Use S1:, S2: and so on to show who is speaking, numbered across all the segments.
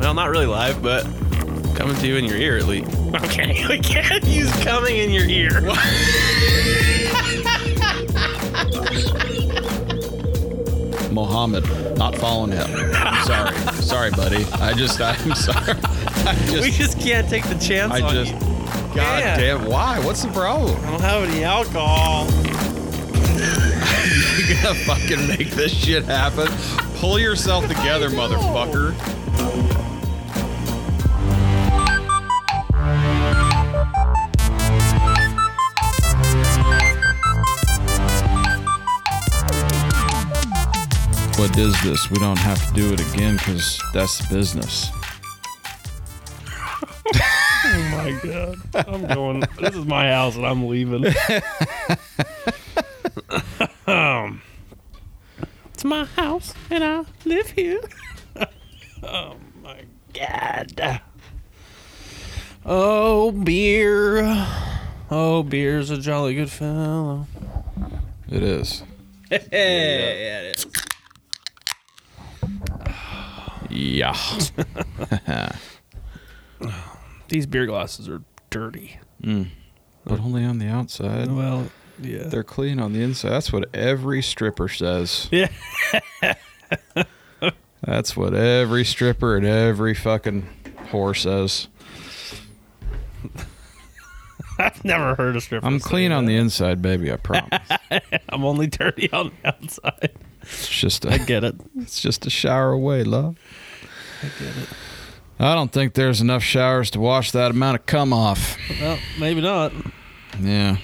S1: Well, not really live, but coming to you in your ear at least.
S2: Okay, we can't use coming in your ear.
S3: Mohammed, not following him. Sorry, sorry, buddy. I just, I'm sorry. I
S2: We
S3: just,
S2: just can't take the chance.
S3: I
S2: on
S3: just.
S2: you.
S3: God
S2: Yeah.
S3: damn! Why? What's the problem?
S2: I don't have any alcohol.
S3: You gotta fucking make this shit happen. Pull yourself together, motherfucker. What is this? We don't have to do it again because that's business.
S2: Oh my god. I'm going. this is my house and I'm leaving. um, it's my house and I live here. oh my god. Oh, beer. Oh, beer's a jolly good fellow.
S3: It is. Yeah.
S2: These beer glasses are dirty.
S3: But only on the outside.
S2: Well, yeah.
S3: They're clean on the inside. That's what every stripper says.
S2: Yeah.
S3: That's what every stripper and every fucking whore says.
S2: I've never heard a stripper.
S3: I'm
S2: say
S3: clean on
S2: that.
S3: the inside, baby. I promise.
S2: I'm only dirty on the outside.
S3: It's just
S2: I
S3: a,
S2: get it.
S3: it's just a shower away, love.
S2: I get it.
S3: I don't think there's enough showers to wash that amount of cum off.
S2: Well, maybe not.
S3: Yeah,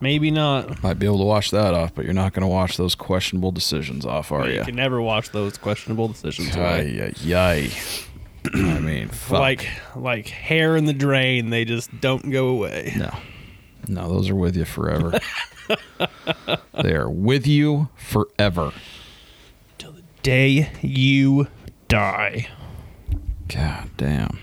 S2: Maybe not.
S3: might be able to wash that off, but you're not going to wash those questionable decisions off, are
S2: you
S3: you?
S2: can never wash those questionable decisions away.
S3: Ay, ay, ay. I mean, fuck.
S2: Like like hair in the drain, they just don't go away.
S3: no, no, those are with you forever. they are with you forever.
S2: Day you die.
S3: God damn.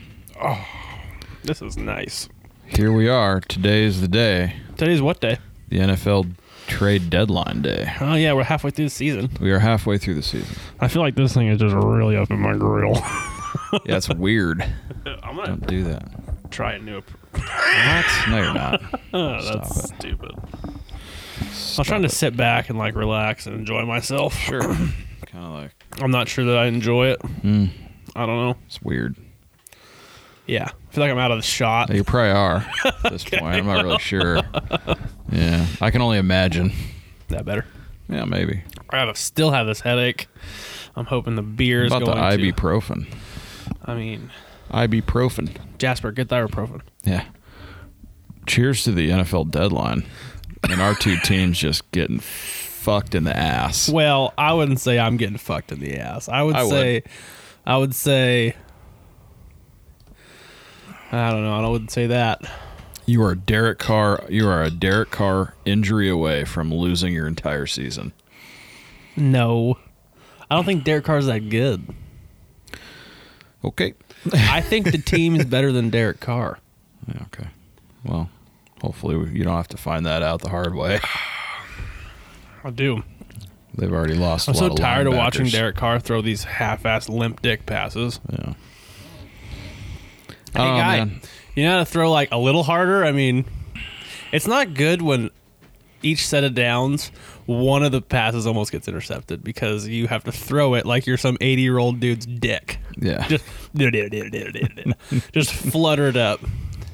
S2: This is nice.
S3: Here we are. Today's the day.
S2: Today's what day?
S3: The NFL trade deadline day.
S2: Oh yeah, we're halfway through the season.
S3: We are halfway through the season.
S2: I feel like this thing is just really up in my grill.
S3: Yeah, it's weird.
S2: Uh, I'm gonna
S3: Don't do that.
S2: try a new.
S3: What? No, you're not.
S2: Oh, that's
S3: Stop
S2: stupid. I was trying to sit back and like relax and enjoy myself. Sure.
S3: Kind of like
S2: I'm not sure that I enjoy it. I don't know.
S3: it's weird.
S2: Yeah, I feel like I'm out of the shot.
S3: You probably are at this point. I'm not really sure. Yeah, I can only imagine.
S2: That better.
S3: Yeah, maybe.
S2: I have, still have this headache. I'm hoping the beer is
S3: What
S2: going
S3: about the
S2: to.
S3: ibuprofen?
S2: I mean,
S3: Ibuprofen.
S2: Jasper, get thyroprofen.
S3: Yeah. Cheers to the NFL deadline. And our two teams just getting fucked in the ass.
S2: Well, I wouldn't say I'm getting fucked in the ass. I would
S3: I would.
S2: say, I would say, I don't know. I wouldn't say that.
S3: You are Derek Carr. You are a Derek Carr injury away from losing your entire season.
S2: No, I don't think Derek Carr's that good.
S3: Okay.
S2: I think the team is better than Derek Carr.
S3: Yeah, okay. Well, hopefully we- you don't have to find that out the hard way.
S2: I do.
S3: They've already lost.
S2: I'm
S3: a
S2: so
S3: lot
S2: tired of
S3: linebackers.
S2: watching Derek Carr throw these half-ass limp dick passes.
S3: Yeah.
S2: Hey,
S3: Oh,
S2: guy,
S3: man.
S2: you know how to throw like a little harder? I mean, it's not good when each set of downs, one of the passes almost gets intercepted because you have to throw it like you're some 80 year old dude's dick.
S3: Yeah.
S2: Just, just flutter it up.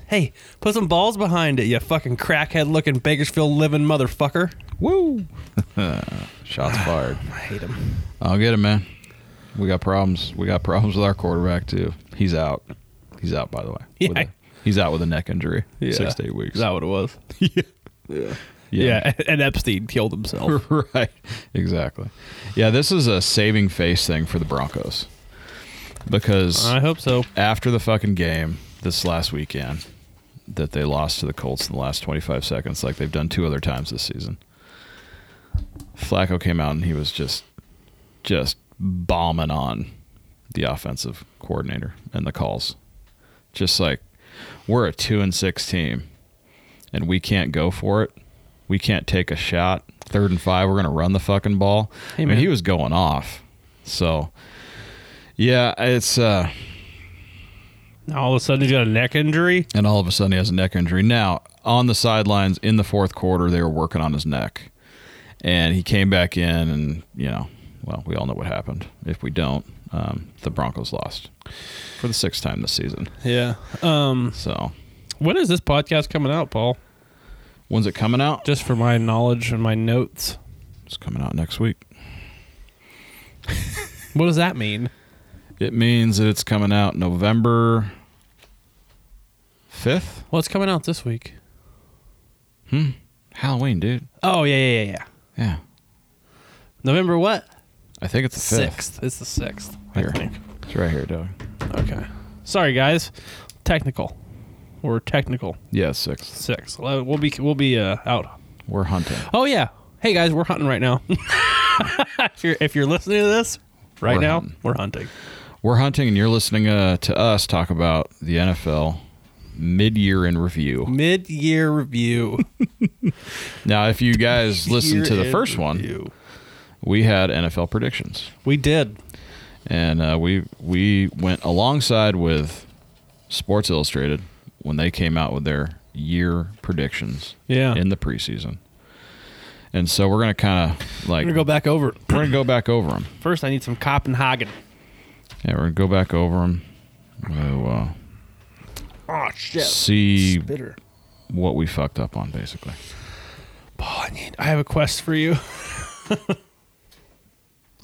S2: Hey, put some balls behind it, you fucking crackhead looking Bakersfield living motherfucker.
S3: Woo. Shots fired.
S2: I hate him.
S3: I'll get him, man. We got problems. We got problems with our quarterback too. He's out. He's out. By the way.
S2: Yeah.
S3: With a- he's out with a neck injury. Six to eight weeks.
S2: Is that what it was? yeah. yeah. And Epstein killed himself.
S3: right. Exactly. Yeah, this is a saving face thing for the Broncos. Because
S2: I hope so.
S3: after the fucking game this last weekend that they lost to the Colts in the last 25 seconds, like they've done two other times this season, Flacco came out and he was just, just bombing on the offensive coordinator and the calls. Just like, we're a two and six team and we can't go for it. We can't take a shot. Third and five, we're going to run the fucking ball.
S2: Hey,
S3: I mean,
S2: man.
S3: he was going off. So, yeah, it's, uh,
S2: Now all of a sudden he's got a neck injury.
S3: and all of a sudden he has a neck injury. Now, on the sidelines in the fourth quarter, they were working on his neck. And he came back in, and, you know, well, we all know what happened. If we don't, um, the Broncos lost for the sixth time this season.
S2: Yeah. Um.
S3: So,
S2: When is this podcast coming out, Paul?
S3: when's it coming out?
S2: Just for my knowledge and my notes.
S3: It's coming out next week.
S2: What does that mean?
S3: It means that it's coming out November 5th?
S2: Well, it's coming out this week.
S3: Halloween, dude.
S2: Oh yeah yeah yeah. yeah.
S3: Yeah.
S2: November what?
S3: I think it's the 5th.
S2: Sixth. It's the sixth.
S3: Here. It's right here, dog.
S2: Okay. Sorry guys. Technical. We're technical.
S3: Yeah, 6th.
S2: Six. Well, We'll be we'll be uh, out.
S3: We're hunting.
S2: Oh yeah. Hey guys, we're hunting right now. if, you're, if you're listening to this right
S3: We're
S2: now,
S3: hunting.
S2: we're hunting.
S3: We're hunting, and you're listening uh, to us talk about the NFL mid-year in review.
S2: Mid-year review.
S3: Now, if you guys listened to the
S2: Year
S3: first
S2: in
S3: one,
S2: review.
S3: we had NFL predictions,
S2: We did.
S3: and uh, we we went alongside with Sports Illustrated when they came out with their year predictions
S2: Yeah.
S3: in the preseason. And so we're gonna kind of like
S2: We're gonna go back over. it.
S3: we're gonna go back over them.
S2: First, I need some Copenhagen.
S3: Yeah, we're gonna go back over them. We'll, uh,
S2: Oh shit!
S3: see
S2: Bitter.
S3: what we fucked up on, basically.
S2: Paul, Oh, I need. I have a quest for you.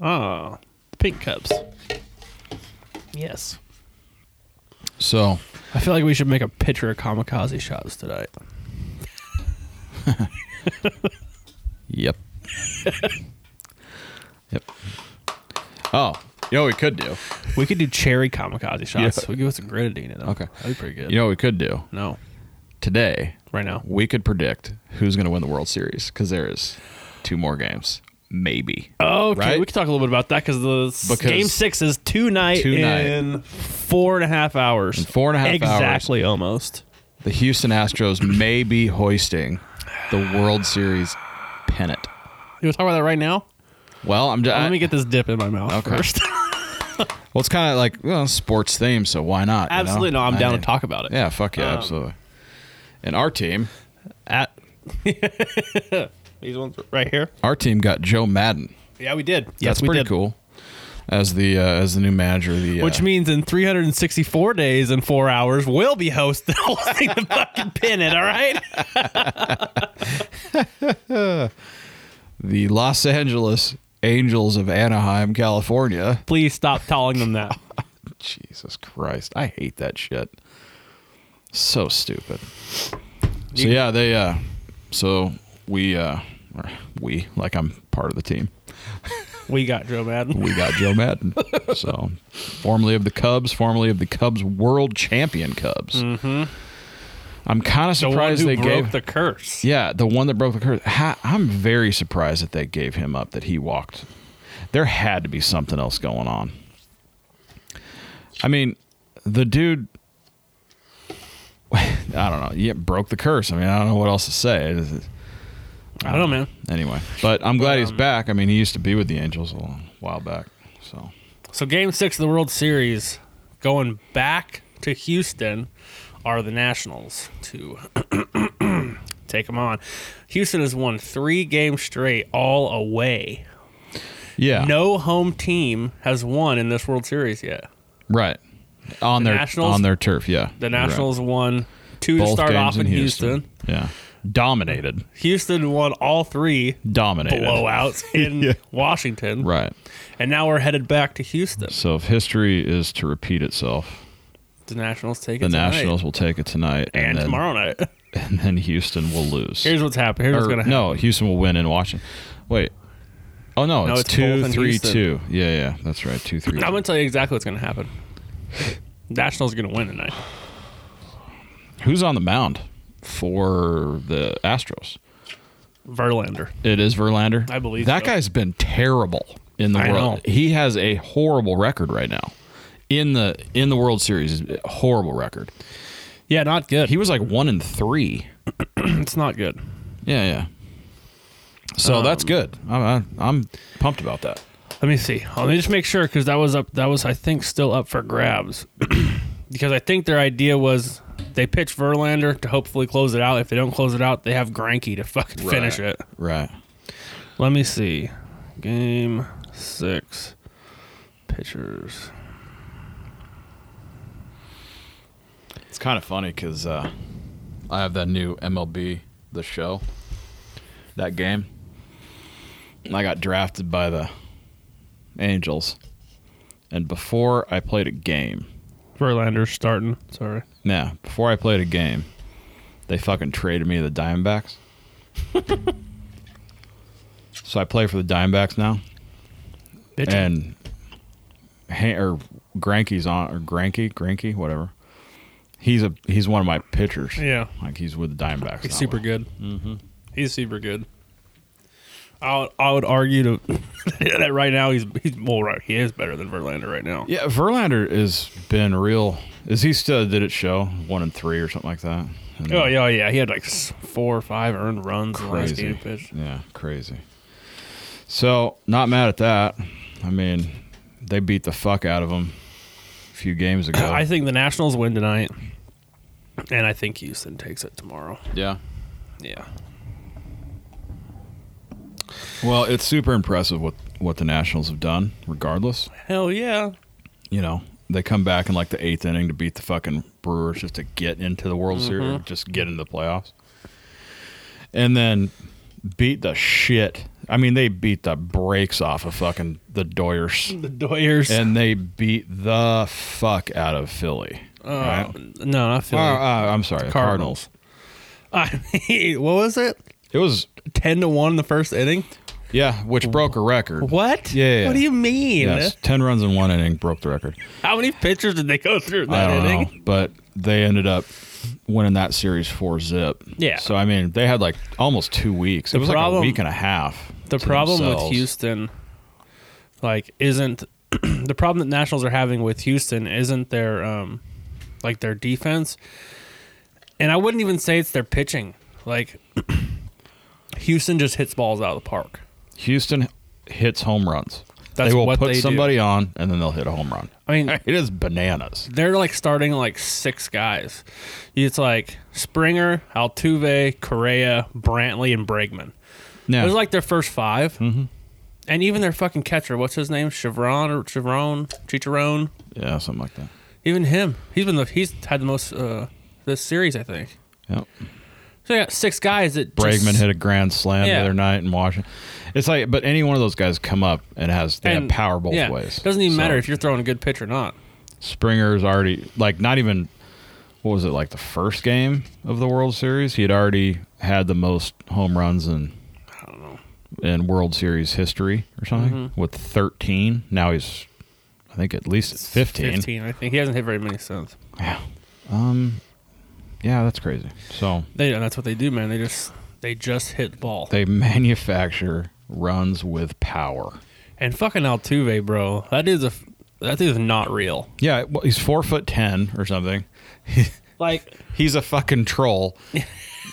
S2: oh, pink cups. Yes.
S3: So.
S2: I feel like we should make a picture of kamikaze shots tonight.
S3: Yep. yep. Oh, you know what we could do?
S2: We could do cherry kamikaze shots.
S3: Yeah.
S2: We could put some grenadine in them.
S3: Okay.
S2: that'd be pretty good.
S3: You know what we could do?
S2: no,
S3: Today,
S2: right now.
S3: we could predict who's going to win the World Series because there is two more games. Maybe.
S2: Oh, Okay,
S3: Right?
S2: we can talk a little bit about that because the
S3: Because-
S2: game six is tonight,
S3: Tonight.
S2: in four and a half hours. In
S3: four and a half hours.
S2: exactly, almost.
S3: The Houston Astros may be hoisting the World Series pennant.
S2: You want to talk about that right now?
S3: Well, I'm just.
S2: Let me get this dip in my mouth
S3: Uh, Okay.
S2: first.
S3: well, it's kind of like well, sports theme, so why not? you know?
S2: absolutely. No, I'm
S3: I
S2: down
S3: mean,
S2: to talk about it. Um,
S3: Yeah, fuck yeah, absolutely. And our team,
S2: At these ones right here.
S3: our team got Joe Madden.
S2: Yeah, we did.
S3: That's pretty cool. As the uh, as the new manager, of the uh,
S2: Which means in 364 days and four hours, we'll be hosting, hosting the fucking pennant. All right.
S3: the Los Angeles Angels of Anaheim, California.
S2: Please stop telling them that.
S3: Jesus Christ, I hate that shit. So stupid. So
S2: You-
S3: yeah, they uh, so we uh, or we like I'm part of the team.
S2: We got Joe Madden.
S3: We got Joe Madden, so formerly of the Cubs, formerly of the Cubs World Champion Cubs. Mm-hmm. I'm kind of
S2: The one
S3: surprised
S2: who
S3: they
S2: broke
S3: gave
S2: the curse.
S3: Yeah, the one that broke the curse. Ha- I'm very surprised that they gave him up. That he walked. There had to be something else going on. I mean, the dude. I don't know. Yeah, broke the curse. I mean, I don't know what else to say. It is-
S2: I don't know, man.
S3: Anyway, but I'm glad he's back. I mean, he used to be with the Angels a long while back. So
S2: So, game six of the World Series going back to Houston are the Nationals to take them on. Houston has won three games straight, all away.
S3: yeah,
S2: No home team has won in this World Series yet.
S3: right on their
S2: Nationals-
S3: on their turf. Yeah,
S2: The
S3: You're right.
S2: Nationals won two to
S3: Both
S2: start
S3: games
S2: off in Houston. Houston.
S3: Yeah, dominated,
S2: won all three
S3: dominated.
S2: blowouts in Washington.
S3: Right.
S2: And now we're headed back to Houston.
S3: So if history is to repeat itself,
S2: The Nationals take it
S3: the
S2: tonight
S3: Nationals will take it tonight,
S2: and,
S3: then,
S2: tomorrow night.
S3: and then Houston will lose.
S2: Here's what's happening. Here's
S3: Or,
S2: what's going to happen.
S3: no, Houston will win in Washington. Wait, oh no,
S2: No,
S3: it's,
S2: it's
S3: two,
S2: both in
S3: three,
S2: Houston.
S3: two. Yeah, yeah, that's right, two, three.
S2: I'm
S3: two.
S2: going to tell you exactly what's going to happen. Nationals are going to win tonight.
S3: Who's on the mound for the Astros?
S2: Verlander.
S3: It is Verlander.
S2: I believe
S3: that
S2: so.
S3: guy's been terrible in the
S2: I
S3: world.
S2: know.
S3: He has a horrible record right now. In the in the World Series, horrible record.
S2: Yeah, not good.
S3: He was like one and three.
S2: it's not good.
S3: Yeah, yeah. So that's good. I'm, I- I'm pumped about that.
S2: Let me see. Let me just make sure because that was up. That was I think still up for grabs. because I think their idea was they pitch Verlander to hopefully close it out. If they don't close it out, they have Granky to fucking finish
S3: Right.
S2: it.
S3: Right.
S2: Let me see. Game six. Pitchers.
S3: It's kind of funny because uh, I have that new MLB The Show, that game. And I got drafted by the Angels, and before I played a game,
S2: Verlander's starting. Sorry.
S3: nah, before I played a game, they fucking traded me to the Diamondbacks. so I play for the Diamondbacks now, and Han- or Granky's on or Granky, Granky, whatever. He's a he's one of my pitchers.
S2: yeah.
S3: Like he's with the Diamondbacks.
S2: He's
S3: now.
S2: super good. Mm-hmm. He's super good. I would, I would argue to that right now he's he's well right he is better than Verlander right now.
S3: Yeah, Verlander has been real. Is he still did it show one and three or something like that? And-
S2: Oh yeah, oh, yeah. He had like s- four or five earned runs in the last
S3: crazy.
S2: game pitch.
S3: Yeah, crazy. So not mad at that. I mean, they beat the fuck out of him a few games ago.
S2: I think the Nationals win tonight, and I think Houston takes it tomorrow.
S3: yeah.
S2: Yeah,
S3: Well, it's super impressive what what the Nationals have done. Regardless,
S2: hell yeah.
S3: you know they come back in like the eighth inning to beat the fucking Brewers just to get into the
S2: Mm-hmm.
S3: World Series, just get into the playoffs, and then beat the shit. I mean, they beat the brakes off of fucking the Doyers,
S2: The Doyers.
S3: and they beat the fuck out of Philly.
S2: Uh,
S3: right?
S2: No, not
S3: Uh,
S2: Philly.
S3: uh, I'm sorry, the Cardinals.
S2: Cardinals. I mean, what was it?
S3: It was
S2: Ten to one in the first inning.
S3: yeah, which broke a record.
S2: What?
S3: Yeah, yeah, yeah.
S2: What do you mean?
S3: Yes, ten runs in one inning broke the record.
S2: How many pitchers did they go through in
S3: I
S2: that
S3: don't
S2: inning?
S3: know, but they ended up winning that series four zip.
S2: Yeah.
S3: So I mean, they had like almost two weeks. it was
S2: problem-
S3: like a week and a half.
S2: The
S3: to
S2: problem with
S3: themselves.
S2: Houston, like, isn't the problem that Nationals are having with Houston isn't their um, like their defense, and I wouldn't even say it's their pitching. Like, Houston just hits balls out of the park.
S3: Houston hits home runs.
S2: That's
S3: they will
S2: what
S3: put
S2: they do.
S3: somebody on, and then they'll hit a home run.
S2: I mean,
S3: It is bananas.
S2: they're like starting like six guys. It's like Springer, Altuve, Correa, Brantley, and Bregman.
S3: Yeah. Mm-hmm.
S2: It was like their first 5 and even their fucking catcher. What's his name? Chevron or Chevron Chicharron.
S3: yeah, something like that.
S2: Even him. He's been the he's had the most uh this series, I think.
S3: Yep.
S2: So yeah, six guys that
S3: Bregman
S2: just,
S3: hit a grand slam
S2: Yeah.
S3: the other night in Washington. It's like, but any one of those guys come up and has they have power both
S2: yeah,
S3: ways.
S2: Doesn't even
S3: So,
S2: matter if you're throwing a good pitch or not.
S3: Springer's already like not even what was it like the first game of the World Series? He had already had the most home runs in
S2: I don't know.
S3: in World Series history or something
S2: Mm-hmm.
S3: with 13. Now he's I think at least 15.
S2: Fifteen, I think. He hasn't hit very many since.
S3: Yeah. Um yeah, that's crazy. So
S2: They and that's what they do, man. They just they just hit the ball.
S3: they manufacture runs with power.
S2: and fucking Altuve, bro. That dude's a f- that dude's not real.
S3: Yeah, well, he's 4 foot 10 or something.
S2: Like
S3: He's a fucking troll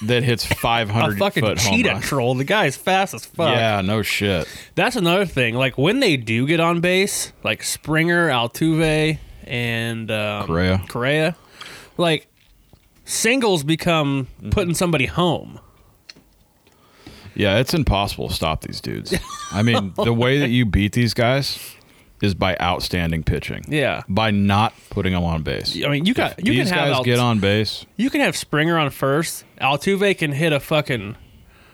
S3: that hits 500
S2: a fucking
S3: foot home
S2: cheetah
S3: run.
S2: troll. The guy's fast as fuck.
S3: Yeah, no shit.
S2: That's another thing. Like when they do get on base, like Springer, Altuve, and um,
S3: Correa.
S2: Correa, like singles become putting somebody home.
S3: Yeah, it's impossible to stop these dudes. I mean, the way that you beat these guys is by outstanding pitching.
S2: Yeah.
S3: By not putting them on base.
S2: I mean, you got you
S3: these
S2: can have
S3: guys
S2: Alt-
S3: get on base.
S2: you can have Springer on first. Altuve can hit a fucking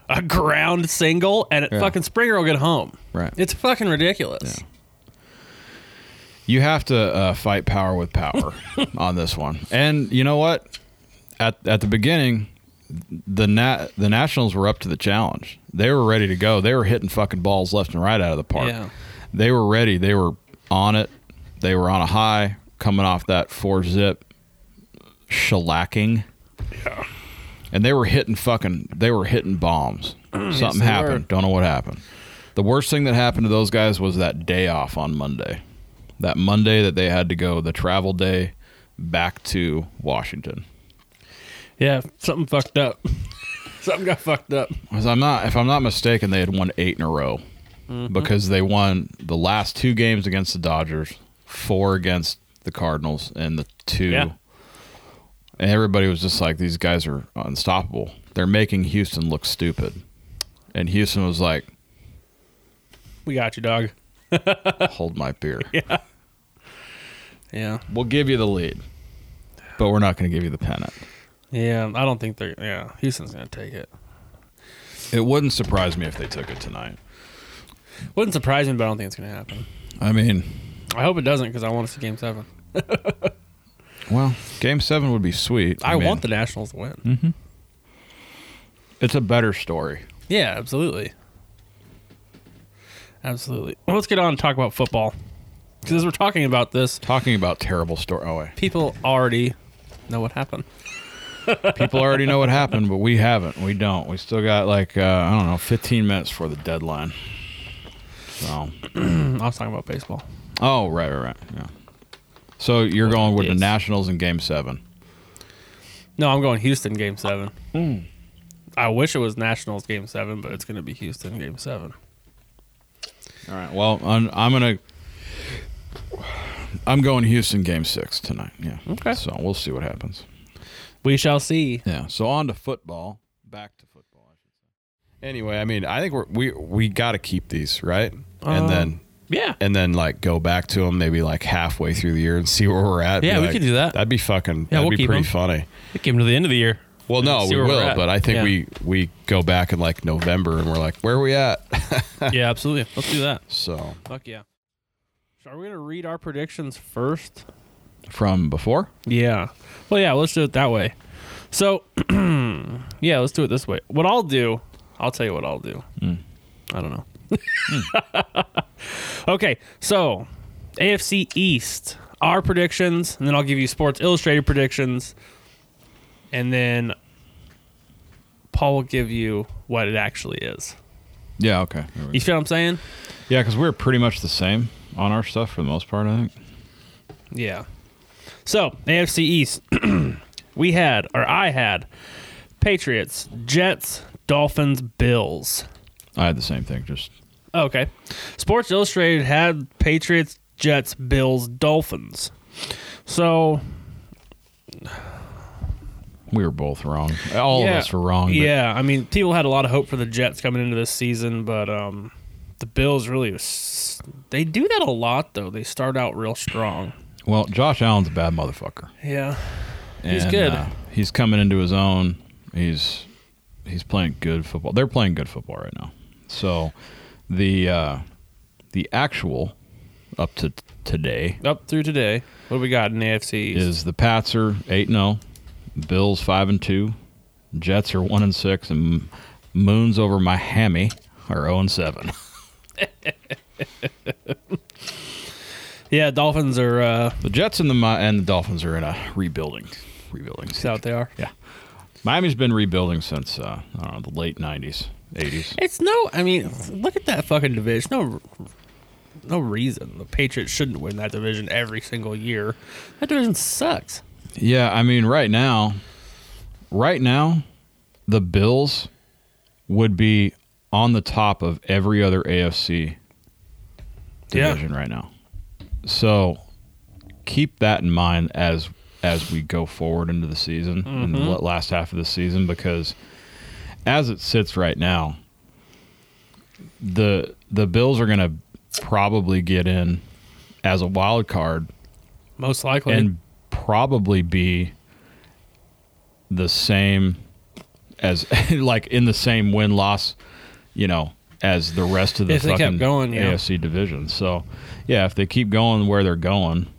S2: a ground single, and it
S3: Yeah.
S2: fucking Springer will get home.
S3: Right.
S2: It's fucking ridiculous.
S3: You have to uh, fight power with power on this one. And you know what? At at the beginning, the nat the Nationals were up to the challenge. They were ready to go. They were hitting fucking balls left and right out of the park.
S2: Yeah.
S3: They were ready. They were on it. They were on a high coming off that four zip shellacking. Yeah. And they were hitting fucking they were hitting bombs. Something
S2: they
S3: happened.
S2: were.
S3: Don't know what happened. The worst thing that happened to those guys was that day off on Monday. That Monday that they had to go, the travel day back to Washington.
S2: Yeah, something fucked up. something got fucked up.
S3: 'Cause I'm not if I'm not mistaken, they had won eight in a row.
S2: Mm-hmm.
S3: Because they won the last two games against the Dodgers, four against the Cardinals and the two.
S2: Yeah.
S3: And everybody was just like, these guys are unstoppable. They're making Houston look stupid. And Houston was like,
S2: We got you, dog.
S3: hold my beer.
S2: Yeah.
S3: We'll give you the lead, but we're not going to give you the pennant.
S2: Yeah. I don't think they're. Yeah. Houston's going to take it.
S3: It wouldn't surprise me if they took it tonight.
S2: Wouldn't surprise me, but I don't think it's going to happen.
S3: I mean,
S2: I hope it doesn't because I want to see game seven.
S3: well, game seven would be sweet.
S2: I,
S3: mean,
S2: want the Nationals to win.
S3: It's a better story.
S2: Yeah, absolutely. Absolutely. Well, let's get on and talk about football. Because as we're talking about this,
S3: Talking about terrible story. Oh, wait.
S2: people already know what happened.
S3: People already know what happened, but we haven't. We don't. We still got like uh, I don't know, 15 minutes for the deadline. So,
S2: I was talking about baseball.
S3: oh right, right, right. Yeah. So you're going with the
S2: Yes.
S3: Nationals in Game Seven.
S2: No, I'm going Houston game seven. I wish it was Nationals game seven, but it's going to be Houston game seven.
S3: All right. Well, I'm, I'm gonna. I'm going Houston Game Six tonight. Yeah.
S2: Okay.
S3: So we'll see what happens.
S2: We shall see.
S3: Yeah. So on to football. Back to football. I should say. Anyway, I mean, I think we're, we we got to keep these right,
S2: Um,
S3: and then
S2: Yeah.
S3: and then like go back to them maybe like halfway through the year and see where we're at.
S2: Yeah,
S3: Be
S2: we
S3: like,
S2: could do that.
S3: That'd be fucking.
S2: Yeah,
S3: that'd
S2: we'll
S3: be
S2: keep
S3: pretty
S2: 'em.
S3: funny.
S2: It came to the end of the year.
S3: Well, no,
S2: See
S3: we
S2: where we're
S3: will,
S2: at.
S3: but I think
S2: Yeah.
S3: we we go back in like November and we're like, where are we at?
S2: yeah, absolutely. Let's do that.
S3: so
S2: Fuck yeah. So are we going to read our predictions first?
S3: from before.
S2: Yeah. Well, yeah, let's do it that way. So, yeah, let's do it this way. What I'll do, I'll tell you what I'll do. I don't know. okay, so AFC East, our predictions, and then I'll give you Sports Illustrated predictions, and then Paul will give you what it actually is.
S3: Yeah. Okay.
S2: You see what I'm saying?
S3: Yeah, because we're pretty much the same on our stuff for the most part. I think.
S2: Yeah. So AFC East, we had or I had Patriots, Jets, Dolphins, Bills.
S3: I had the same thing. Just
S2: Okay. Sports Illustrated had Patriots, Jets, Bills, Dolphins. So
S3: we were both wrong. All
S2: yeah,
S3: of us were wrong. but-
S2: Yeah, I mean, people had a lot of hope for the Jets coming into this season, but um, the Bills really was, they do that a lot though. They start out real strong.
S3: Well, Josh Allen's a bad motherfucker.
S2: Yeah. He's
S3: And,
S2: good.
S3: uh, he's coming into his own. He's he's playing good football. They're playing good football right now. So the uh, the actual up to t- today
S2: Up through today, what do we got in the AFC East?
S3: is the Pats are eight zero, Bills five and two, Jets are one and six, and Moons over Miami are zero and seven.
S2: Yeah, Dolphins are uh,
S3: The Jets and the Mi- and the Dolphins are in a rebuilding rebuilding.
S2: it's out there.
S3: Yeah. Miami's been rebuilding since uh, I don't know the late '90s, '80s.
S2: It's no, I mean, look at that fucking division. No, no reason the Patriots shouldn't win that division every single year. That division sucks.
S3: Yeah, I mean, right now, right now, the Bills would be on the top of every other AFC
S2: Yeah.
S3: division right now. So keep that in mind as as we go forward into the season and the la- last half of the season because as it sits right now, the the Bills are going to probably get in as a wild card
S2: Most likely.
S3: and probably be the same as like in the same win loss, you know, as the rest of the
S2: If they kept
S3: fucking
S2: going, yeah.
S3: AFC division. So, yeah, if they keep going where they're going,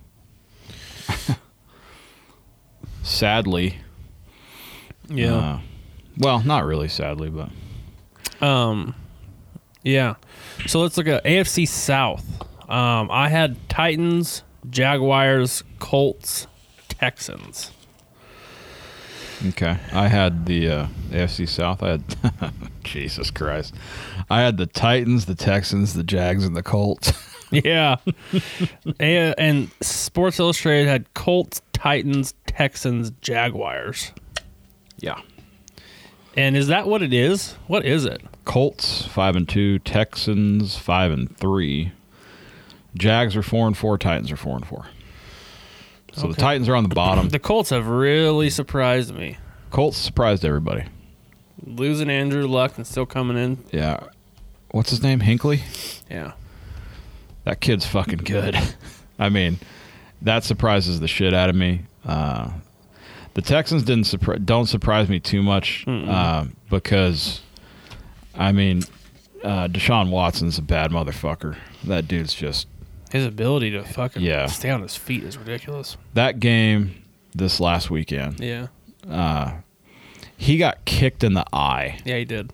S3: sadly,
S2: yeah.
S3: uh, well, not really sadly, but
S2: um, yeah. So let's look at AFC South. Um, I had Titans, Jaguars, Colts, Texans.
S3: okay. I had the uh, AFC South. I had Jesus Christ. I had the Titans, the Texans, the Jags, and the Colts.
S2: Yeah. and, and Sports Illustrated had Colts, Titans, Texans, Jaguars.
S3: yeah.
S2: And is that what it is? What is it?
S3: Colts five and two, Texans five and three, Jags are four and four, Titans are four and four. So the Titans are on the bottom.
S2: The Colts have really surprised me.
S3: Colts surprised everybody.
S2: Losing Andrew Luck and still coming in.
S3: Yeah. What's his name? Hinkley?
S2: Yeah.
S3: That kid's fucking good. I mean, that surprises the shit out of me. Uh, the Texans didn't surpri- don't surprise me too much uh, because, I mean, uh, Deshaun Watson's a bad motherfucker. That dude's just
S2: His ability to fucking
S3: Yeah.
S2: stay on his feet is ridiculous.
S3: that game this last weekend.
S2: Yeah.
S3: He got kicked in the eye
S2: Yeah, he did.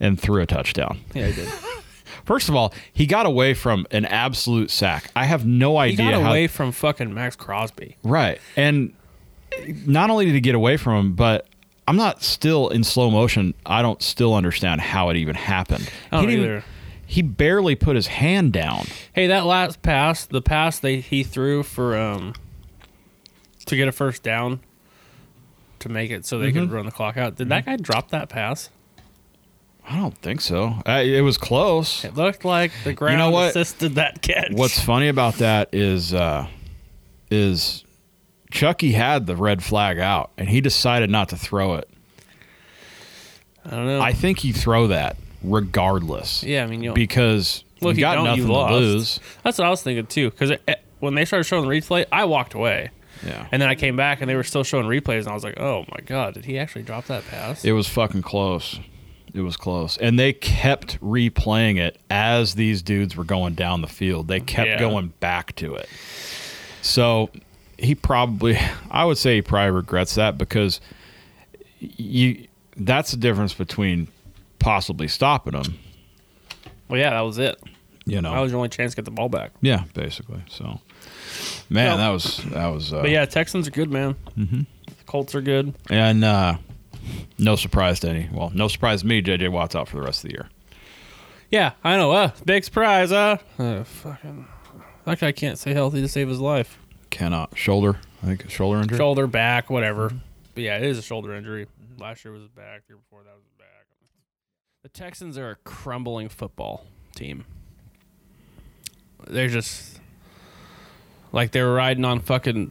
S3: and threw a touchdown.
S2: Yeah, he did.
S3: First of all, he got away from an absolute sack. I have no
S2: he
S3: idea
S2: got
S3: how
S2: away from fucking Max Crosby.
S3: Right. And not only did he get away from him, but I'm not still in slow motion. I don't still understand how it even happened.
S2: I don't
S3: he didn't-
S2: either.
S3: He barely put his hand down.
S2: Hey, that last pass, the pass they he threw for um to get a first down to make it so they could run the clock out. Did that guy drop that pass?
S3: I don't think so. Uh, it was close.
S2: It looked like the ground
S3: what?
S2: assisted that catch.
S3: What's funny about that is uh, is Chucky had the red flag out and he decided not to throw it.
S2: I don't know.
S3: I think he throw that regardless.
S2: yeah, I mean, you know,
S3: Because
S2: Well, if
S3: you
S2: you
S3: got
S2: don't, you
S3: nothing
S2: lost.
S3: to lose.
S2: that's what I was thinking too. Because when they started showing the replay, I walked away,
S3: Yeah.
S2: and then I came back and they were still showing replays, and I was like, "Oh my god, did he actually drop that pass?"
S3: It was fucking close. It was close. And they kept replaying it as these dudes were going down the field. They kept
S2: Yeah.
S3: going back to it. So he probably I would say he probably regrets that because you that's the difference between possibly stopping them,
S2: well, yeah, that was it.
S3: you know.
S2: That was your only chance to get the ball back.
S3: yeah, basically. So man,
S2: Well-
S3: that was that was uh,
S2: But yeah, Texans are good, man. Mm-hmm. Colts are good.
S3: and uh no surprise to any. Well, no surprise to me JJ Watt's out for the rest of the year.
S2: Yeah, I know. Uh, big surprise. Uh, uh fucking. That guy can't stay healthy to save his life.
S3: Cannot shoulder, I think shoulder injury.
S2: Shoulder, back, whatever. But yeah, it is a shoulder injury. Last year was his back. The year before that was his back. The Texans are a crumbling football team. They're just like they were riding on fucking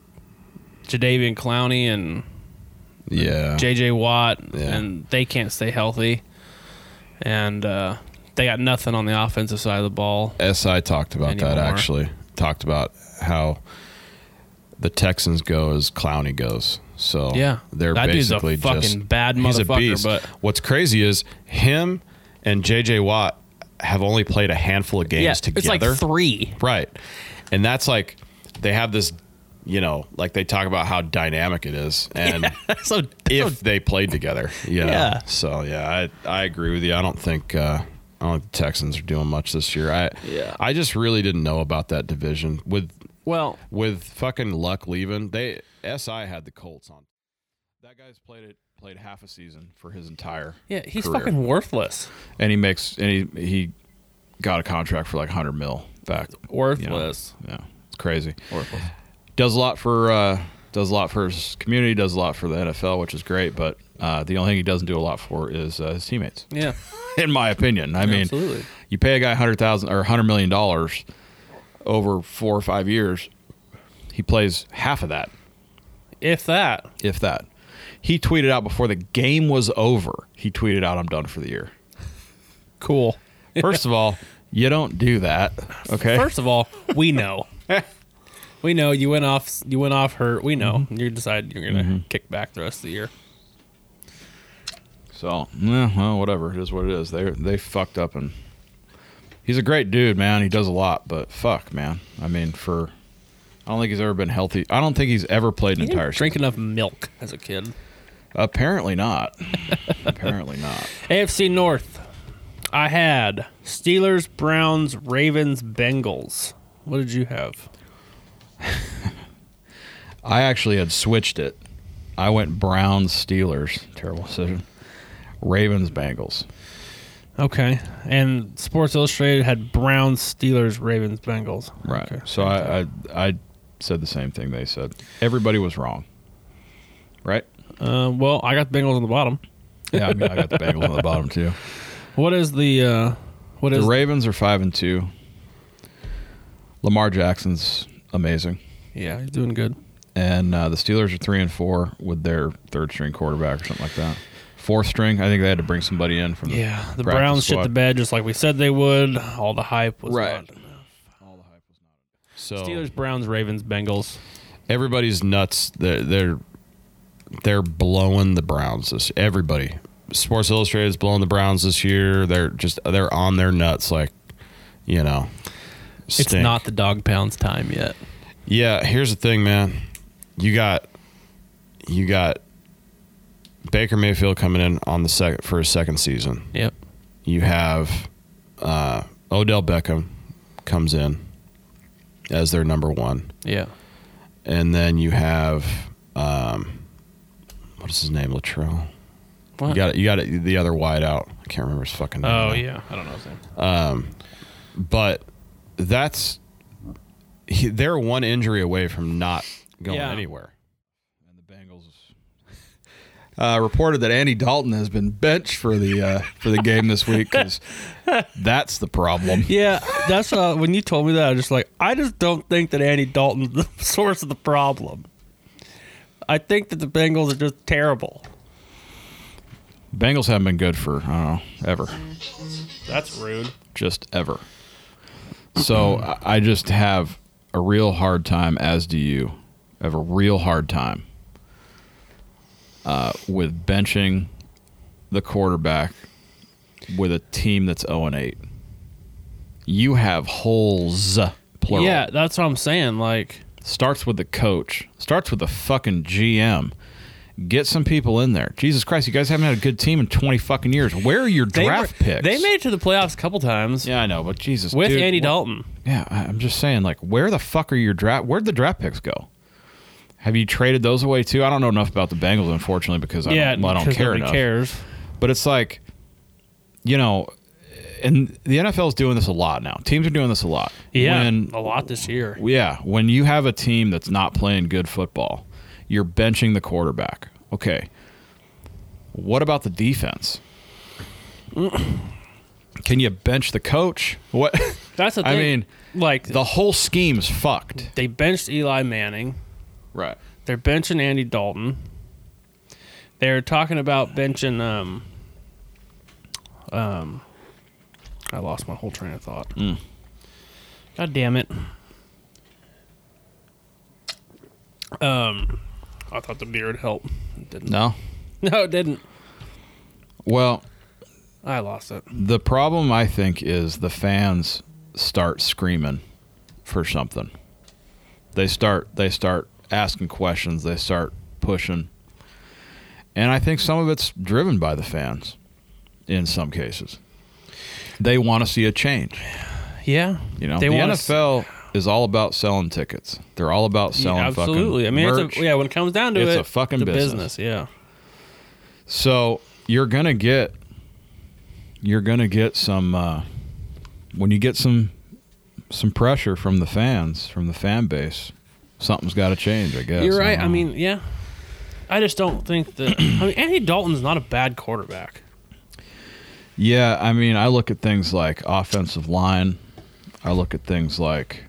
S2: Jadavian Clowney and
S3: Yeah.
S2: JJ Watt,
S3: Oh. Yeah.
S2: and they can't stay healthy. And uh, they got nothing on the offensive side of the ball.
S1: SI talked about that
S2: Anymore.
S1: actually. Talked about how the Texans go as Clowney goes. So
S2: Yeah,
S1: they're
S2: that dude's a
S1: basically
S2: fucking
S1: just,
S2: bad
S1: he's a
S2: motherfucker,
S1: beast.
S2: but-
S1: what's crazy is him and JJ Watt have only played a handful of games together.
S2: it's like three.
S1: Right. And that's like they have this you know, like they talk about how dynamic it is and
S2: so
S1: if they played together. Yeah.
S2: Yeah.
S1: So yeah, I I agree with you. I don't think uh I don't think the Texans are doing much this year. I
S2: Yeah.
S1: I just really didn't know about that division with
S2: well,
S1: with fucking luck leaving. They SI had the Colts on.
S3: That guy's played it played half a season for his entire
S2: yeah, he's
S3: career.
S2: fucking worthless.
S3: and he makes and he he got a contract for like 100 mil back. you know.
S2: Worthless.
S3: Yeah. It's crazy.
S2: Worthless.
S3: Does a lot for uh does a lot for his community, does a lot for the NFL, which is great, but uh, the only thing he doesn't do a lot for is uh, his teammates.
S2: Yeah,
S3: In my opinion, I mean,
S2: absolutely.
S3: you pay a guy hundred thousand or hundred million dollars over four or five years, he plays half of that.
S2: If that,
S3: if that. He tweeted out before the game was over. He tweeted out, "I'm done for the year."
S2: cool.
S3: First of all, you don't do that, okay?
S2: First of all, we know. we know you went off. You went off hurt. We know
S3: Mm-hmm.
S2: you decided you're gonna kick back the rest of the year.
S3: so, yeah, well, whatever. It is what it is. They they fucked up, and he's a great dude, man. He does a lot, but fuck, man. I mean, for I don't think he's ever been healthy. I don't think he's ever played an
S2: You
S3: entire
S2: didn't drink enough milk as a kid.
S3: season. Apparently not. Apparently not.
S2: AFC North. I had Steelers, Browns, Ravens, Bengals. What did you have?
S3: I actually had switched it. I went Browns Steelers. Terrible decision. Ravens Bengals.
S2: Okay. And Sports Illustrated had Browns, Steelers, Ravens, Bengals.
S3: Right.
S2: Okay.
S3: So I, I I said the same thing they said. Everybody was wrong. Right?
S2: Uh, well, I got the Bengals on the bottom.
S3: Yeah, I mean I got the Bengals on the bottom too.
S2: What is the uh, what
S3: The
S2: is
S3: Ravens are five and two. Lamar Jackson's amazing.
S2: yeah? He's doing good.
S3: and uh, the Steelers are three and four with their third string quarterback or something like that. Fourth string, I think they had to bring somebody in from the
S2: Yeah, the
S3: practice
S2: Browns
S3: squad.
S2: shit the bed just like we said they would. All the hype was
S3: Right.
S2: not enough.
S3: So
S2: Steelers, Browns, Ravens, Bengals.
S1: everybody's nuts. They're they're, they're blowing the Browns this. Everybody, Sports Illustrated's blowing the Browns this year. They're just they're on their nuts, like you know.
S2: It's
S1: stink.
S2: not the dog pounds time yet.
S1: Yeah, here's the thing, man. You got you got Baker Mayfield coming in on the second for his second season.
S2: Yep.
S1: You have uh, Odell Beckham comes in as their number one.
S2: Yeah.
S1: and then you have um, what is his name, Latrell. You
S2: What?
S1: got it. You got it. The other wide out. I can't remember his fucking name.
S2: Oh
S1: now.
S2: yeah, I don't know his name.
S1: But that's he, they're one injury away from not going
S2: Yeah.
S1: anywhere.
S3: and the Bengals uh, reported that Andy Dalton has been benched for the uh, for the game this week because that's the problem.
S2: Yeah, that's uh, when you told me that. I was just like, I just don't think that Andy Dalton's the source of the problem. I think that the Bengals are just terrible.
S3: Bengals haven't been good for I don't know ever.
S2: That's rude.
S3: just ever. So I- I just have a real hard time, as do you. I have a real hard time uh, with benching the quarterback with a team that's 0 and 8. You have holes, uh, plural.
S2: Yeah, that's what I'm saying. Like,
S3: Starts with the coach, starts with the fucking GM. Get some people in there. Jesus Christ, you guys haven't had a good team in 20 fucking years. Where are your
S2: they
S3: draft
S2: were-
S3: picks?
S2: They made it to the playoffs a couple times
S3: Yeah, I know, but Jesus.
S2: with
S3: dude,
S2: Andy
S3: what-
S2: Dalton.
S3: yeah, I- I'm just saying, like, where the fuck are your draft? Where'd the draft picks go? Have you traded those away too? I don't know enough about the Bengals, unfortunately, because I
S2: yeah,
S3: don't, well, I don't
S2: 'cause
S3: care
S2: nobody
S3: enough.
S2: cares.
S3: But it's like, you know, and the NFL is doing this a lot now. Teams are doing this a lot.
S2: Yeah,
S3: When-
S2: a lot this year.
S3: yeah, when you have a team that's not playing good football, you're benching the quarterback. Okay. What about the defense? Can you bench the coach? What?
S2: That's the
S3: I
S2: thing.
S3: mean,
S2: like
S3: the whole scheme's fucked.
S2: they benched Eli Manning.
S3: Right.
S2: They're benching Andy Dalton. They're talking about benching um um I lost my whole train of thought.
S3: Mm.
S2: God damn it. Um I thought the beer would help. It didn't.
S3: No.
S2: No, it didn't.
S3: Well,
S2: I lost it.
S3: the problem I think is the fans start screaming for something. They start they start asking questions, they start pushing. And I think some of it's driven by the fans in some cases. They want to see a change.
S2: Yeah.
S3: You know,
S2: they
S3: the
S2: wanna
S3: NFL is all about selling tickets. They're all about
S2: s-
S3: selling
S2: absolutely. I
S3: fucking
S2: mean,
S3: merch.
S2: it's a, yeah. When it comes down to
S3: It's
S2: it,
S3: a fucking
S2: it's
S3: business.
S2: Yeah.
S3: So you're gonna get you're gonna get some uh, when you get some some pressure from the fans from the fan base. Something's got to change, I guess.
S2: You're right. I
S3: don't know.
S2: mean, yeah. I just don't think that. I mean, Andy Dalton's not a bad quarterback.
S3: yeah, I mean, I look at things like offensive line. I look at things like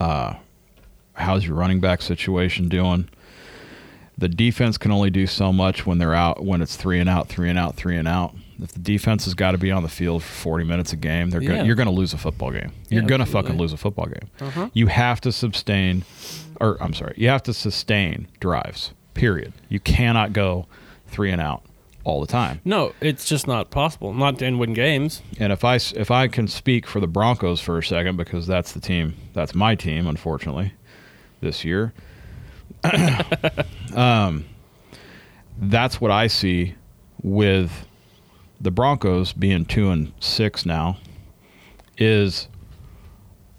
S3: uh, how's your running back situation doing. The defense can only do so much when they're out when it's three and out, three and out, three and out. If the defense has got to be on the field for 40 minutes a game, they're
S2: Yeah.
S3: gonna, you're going to lose a football game. You're
S2: Yeah,
S3: going to
S2: absolutely.
S3: fucking lose a football game.
S2: Uh-huh.
S3: You have to sustain, or I'm sorry, you have to sustain drives. Period. You cannot go three and out all the time.
S2: No, it's just not possible. Not to end win games.
S3: And if I s- if I can speak for the Broncos for a second because that's the team that's my team unfortunately this year. um, that's what I see with the Broncos being two and six now is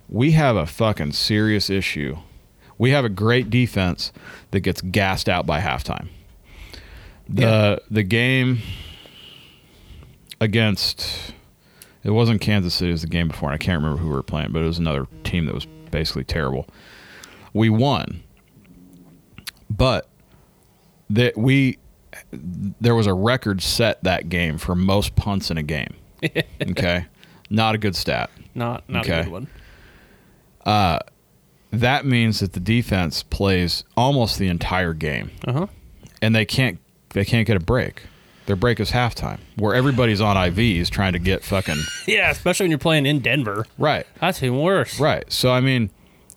S3: we have a fucking serious issue. We have a great defense that gets gassed out by halftime. The the game against it wasn't Kansas City. It was the game before, and I can't remember who we were playing, but it was another team that was basically terrible. We won, but that we there was a record set that game for most punts in a game. okay, not a good stat.
S2: Not not
S3: Okay.
S2: a good one.
S3: that means that the defense plays almost the entire game,
S2: Uh huh.
S3: and they can't they can't get a break. Their break is halftime, where everybody's on IVs trying to get fucking
S2: Yeah, especially when you're playing in Denver.
S3: right.
S2: That's even worse.
S3: Right. So I mean,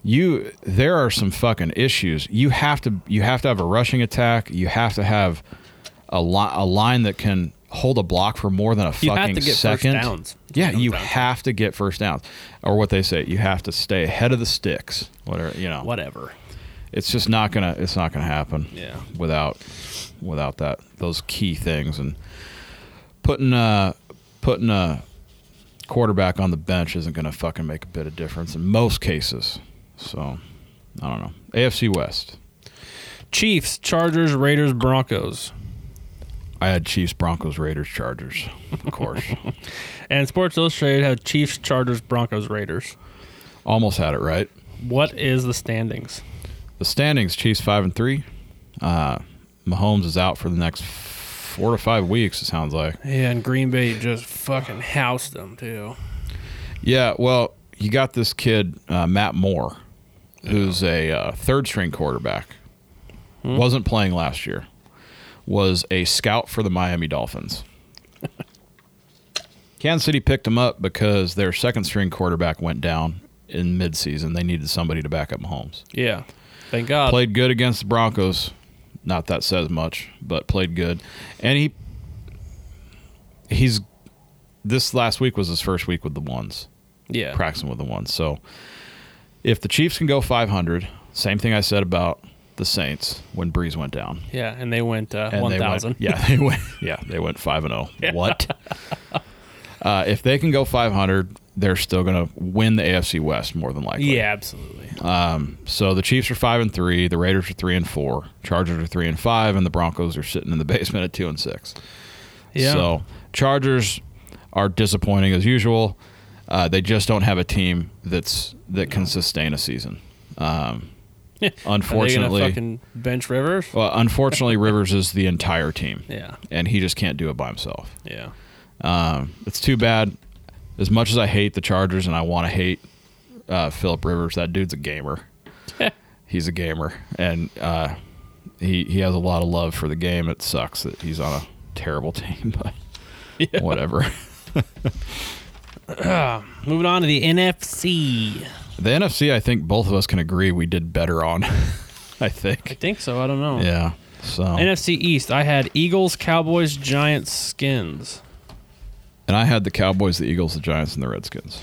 S3: you there are some fucking issues. You have to you have to have a rushing attack. You have to have a li- a line that can hold a block for more than a
S2: You
S3: fucking
S2: have to get
S3: second.
S2: first downs.
S3: Yeah,
S2: Comes
S3: you
S2: down to.
S3: have to get first downs, or what they say, you have to stay ahead of the sticks. Whatever you know,
S2: Whatever.
S3: it's just not gonna it's not gonna happen.
S2: Yeah.
S3: without without that those key things and putting a putting a quarterback on the bench isn't gonna fucking make a bit of difference in most cases. So I don't know. AFC West.
S2: Chiefs, Chargers, Raiders, Broncos.
S3: I had Chiefs, Broncos, Raiders, Chargers, of course.
S2: And Sports Illustrated have Chiefs, Chargers, Broncos, Raiders.
S3: Almost had it right.
S2: What is the standings?
S3: The standings: Chiefs five and three. Uh, Mahomes is out for the next four to five weeks. It sounds like.
S2: Yeah, and Green Bay just fucking housed them too.
S3: Yeah, well, you got this kid uh, Matt Moore, who's a uh, third string quarterback. Wasn't playing last year. Was a scout for the Miami Dolphins. Kansas City picked him up because their second string quarterback went down in midseason. They needed somebody to back up Mahomes.
S2: Yeah, thank God.
S3: Played good against the Broncos. Not that says much, but played good. And he he's this last week was his first week with the ones
S2: yeah,
S3: practicing with the ones. So if the Chiefs can go 500, same thing I said about the Saints when Breeze went down.
S2: yeah, and they went uh,
S3: And
S2: one
S3: they
S2: thousand.
S3: went- Yeah, they went. Yeah, they went five and zero. What? uh, if they can go 500, they're still going to win the AFC West more than likely.
S2: yeah, absolutely.
S3: So the Chiefs are five and three. The Raiders are three and four. Chargers are three and five, and the Broncos are sitting in the basement at two and six.
S2: Yeah,
S3: So Chargers are disappointing as usual. Uh, they just don't have a team that's that can sustain a season. Um,
S2: Are they gonna
S3: unfortunately,
S2: fucking bench Rivers.
S3: well, unfortunately, Rivers is the entire team,
S2: Yeah,
S3: and he just can't do it by himself.
S2: yeah,
S3: It's too bad. As much as I hate the Chargers and I want to hate uh, Philip Rivers, that dude's a gamer. he's a gamer, and uh, he he has a lot of love for the game. It sucks that he's on a terrible team, but whatever.
S2: Moving on to the NFC.
S3: The NFC, I think both of us can agree we did better on. I
S2: I
S3: think.
S2: think so. I don't know.
S3: Yeah. So and
S2: NFC East. I had Eagles, Cowboys, Giants, Skins.
S3: I had the Cowboys, the Eagles, the Giants, and the Redskins.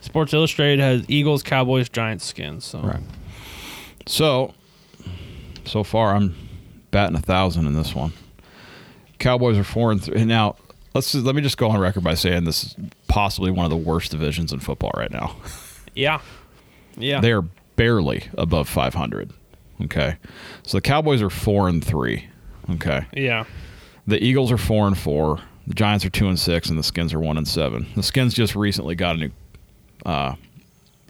S2: Sports Illustrated has Eagles, Cowboys, Giants, Skins. So
S3: Right. So so far I'm batting a thousand in this one. Cowboys are four and three. Now let's just, let me just go on record by saying this is possibly one of the worst divisions in football right now.
S2: yeah, yeah,
S3: They are barely above 500. Okay, so the Cowboys are four and three. Okay.
S2: yeah.
S3: The Eagles are four and four. The Giants are two and six, and the Skins are one and seven. The Skins just recently got a new uh,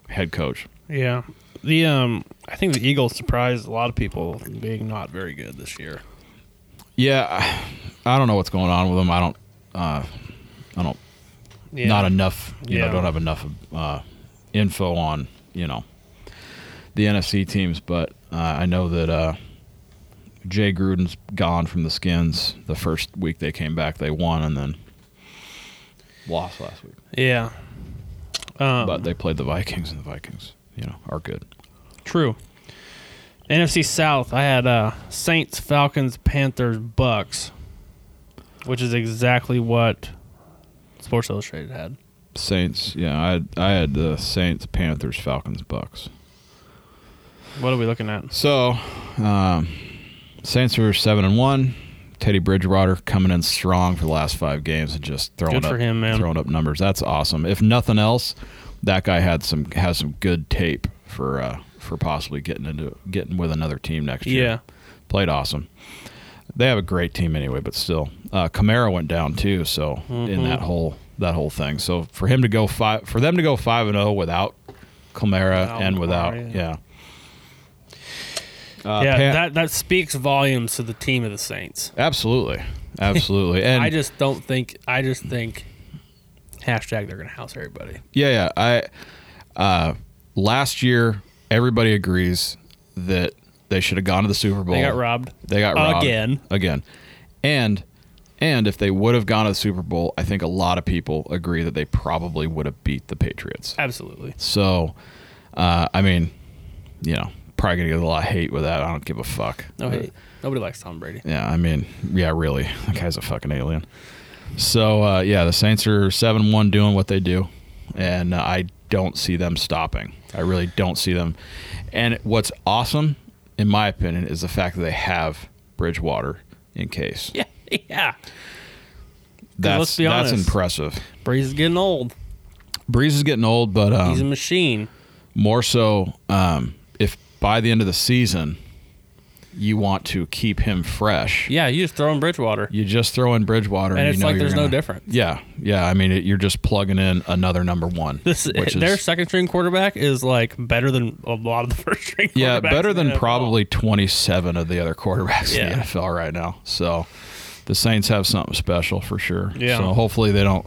S3: head coach.
S2: Yeah. The um I think the Eagles surprised a lot of people being not very good this year.
S3: Yeah, I, I don't know what's going on with them. I don't. Uh, I don't.
S2: Yeah.
S3: Not enough. You
S2: Yeah.
S3: know, don't have enough uh, info on you know the NFC teams, but uh, I know that uh, Jay Gruden's gone from the Skins. The first week they came back, they won, and then lost last week.
S2: Yeah. Um,
S3: but they played the Vikings, and the Vikings, you know, are good.
S2: true. NFC South, I had uh Saints, Falcons, Panthers, Bucks, which is exactly what Sports Illustrated had.
S3: Saints, yeah, I had, I had the Saints, Panthers, Falcons, Bucks.
S2: What are we looking at?
S3: So, um, Saints are seven and one. Teddy Bridgewater coming in strong for the last five games and just throwing
S2: Good for
S3: up
S2: him, man.
S3: throwing up numbers. That's awesome. If nothing else, that guy had some has some good tape for uh, for possibly getting into getting with another team next year.
S2: Yeah.
S3: played awesome. They have a great team anyway, but still, uh, Camaro went down too. So
S2: Mm-hmm.
S3: in that whole that whole thing, so for him to go five, for them to go five and zero without Camara
S2: Without
S3: and without
S2: Kamara,
S3: yeah, Uh,
S2: yeah,
S3: Pan-
S2: that that speaks volumes to the team of the Saints.
S3: absolutely, absolutely, and
S2: I just don't think I just think hashtag they're gonna house everybody.
S3: yeah, yeah, I uh, last year everybody agrees that they should have gone to the Super Bowl.
S2: They got robbed.
S3: They got robbed
S2: Again.
S3: Again. And and if they would have gone to the Super Bowl, I think a lot of people agree that they probably would have beat the Patriots.
S2: Absolutely.
S3: So, uh, I mean, you know, probably gonna get a lot of hate with that. I don't give a fuck.
S2: No hate. Nobody likes Tom Brady.
S3: Yeah, I mean, yeah, really, that guy's a fucking alien. So uh, yeah, the Saints are seven one doing what they do, and uh, I don't see them stopping. I really don't see them. And what's awesome, in my opinion, is the fact that they have Bridgewater in case.
S2: Yeah. Yeah.
S3: that's
S2: let's be
S3: that's
S2: honest.
S3: impressive.
S2: Brady's getting old.
S3: Breeze is getting old, but um,
S2: He's a machine.
S3: more so um, if by the end of the season you want to keep him fresh.
S2: Yeah, you just throw in Bridgewater.
S3: You just throw in Bridgewater,
S2: And
S3: you
S2: it's
S3: know
S2: like
S3: you're
S2: there's no
S3: gonna-
S2: difference.
S3: Yeah, yeah. I mean, it, you're just plugging in another number one.
S2: This
S3: which
S2: their
S3: is,
S2: second string quarterback is like better than a lot of the first string.
S3: yeah,
S2: quarterbacks
S3: better
S2: in the
S3: than
S2: NFL.
S3: probably 27 of the other quarterbacks in
S2: Yeah.
S3: the NFL right now. So the Saints have something special for sure.
S2: Yeah.
S3: So hopefully they don't.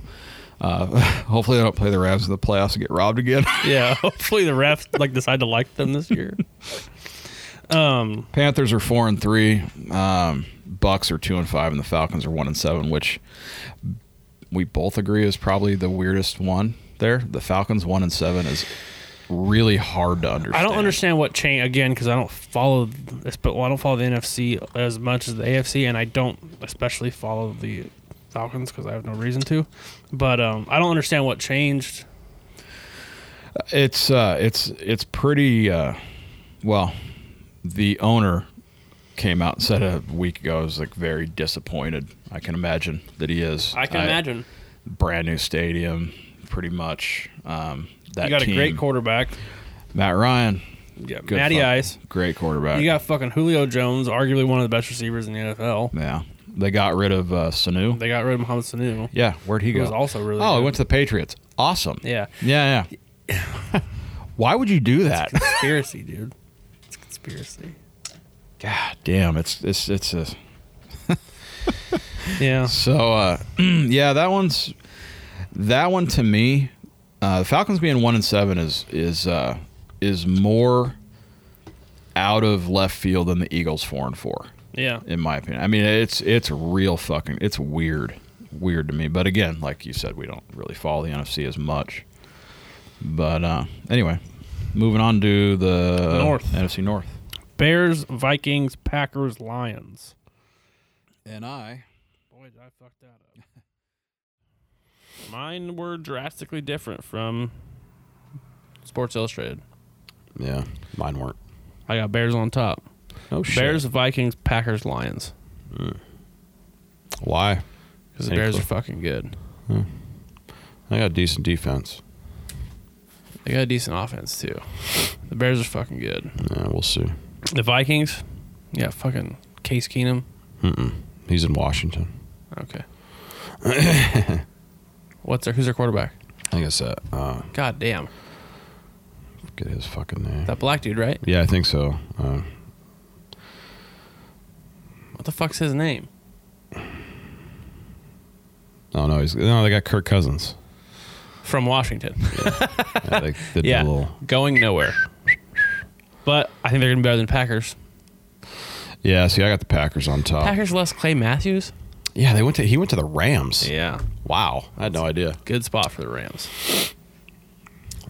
S3: Uh, hopefully they don't play the Rams in the playoffs and get robbed again.
S2: Yeah, hopefully the refs like decide to like them this year. Um,
S3: Panthers are four and three. Um, Bucks are two and five, and the Falcons are one and seven, which we both agree is probably the weirdest one there. The Falcons one and seven is really hard to
S2: I
S3: understand.
S2: don't understand what change again because I don't follow this, but well, I don't follow the NFC as much as the AFC, and I don't especially follow the Falcons because I have no reason to. But um, I don't understand what changed.
S3: It's uh, it's it's pretty uh, well. The owner came out and said a week ago. I was like very disappointed. I can imagine that he is.
S2: I can imagine
S3: brand new stadium, pretty much. Um, that
S2: you got
S3: team,
S2: a great quarterback,
S3: Matt Ryan.
S2: you got
S3: Good
S2: Matty
S3: fuck-
S2: Ice,
S3: Great quarterback.
S2: you got fucking Julio Jones, arguably one of the best receivers in the NFL.
S3: yeah. They got rid of uh, Sanu.
S2: They got rid of Mohamed Sanu.
S3: yeah, where'd he
S2: He
S3: go?
S2: was also really
S3: oh, he
S2: good.
S3: went to the Patriots. Awesome.
S2: Yeah.
S3: Yeah, yeah. Why would you do that?
S2: Conspiracy, dude. It's conspiracy.
S3: God damn, it's it's it's a
S2: Yeah.
S3: so uh, yeah, that one's that one to me. Uh, the Falcons being one and seven is is uh, is more out of left field than the Eagles four and four.
S2: Yeah.
S3: in my opinion. I mean, it's it's real fucking it's weird, weird to me. But again, like you said, we don't really follow the NFC as much. But uh, anyway, moving on to the
S2: North.
S3: NFC North,
S2: Bears, Vikings, Packers, Lions.
S3: and I
S2: Boy, did I fuck that up. Mine were drastically different from Sports Illustrated.
S1: Yeah, mine weren't.
S2: I got Bears on top.
S1: Oh
S2: Bears, Vikings, Packers, Lions.
S1: Why?
S2: Because the
S1: Thank
S2: Bears
S1: you.
S2: are fucking good.
S1: I got decent defense.
S2: They got a decent offense too. The Bears are fucking good.
S1: Yeah, we'll see.
S2: The Vikings, yeah, fucking Case Keenum.
S1: Mm-mm. He's in Washington.
S2: Okay. What's their who's their quarterback?
S1: I guess that. Uh,
S2: God damn.
S1: get his fucking name.
S2: That black dude, right?
S1: Yeah, I think so. Uh,
S2: What the fuck's his name?
S1: oh no, he's no. They got Kirk Cousins.
S2: From Washington.
S1: Yeah, they, they did
S2: yeah.
S1: a little,
S2: Going nowhere. But I think they're gonna be better than Packers.
S1: yeah. See, I got the Packers on top.
S2: Packers less Clay Matthews?
S1: Yeah, they went to. He went to the Rams.
S2: Yeah.
S1: Wow, I had no idea.
S2: Good spot for the Rams.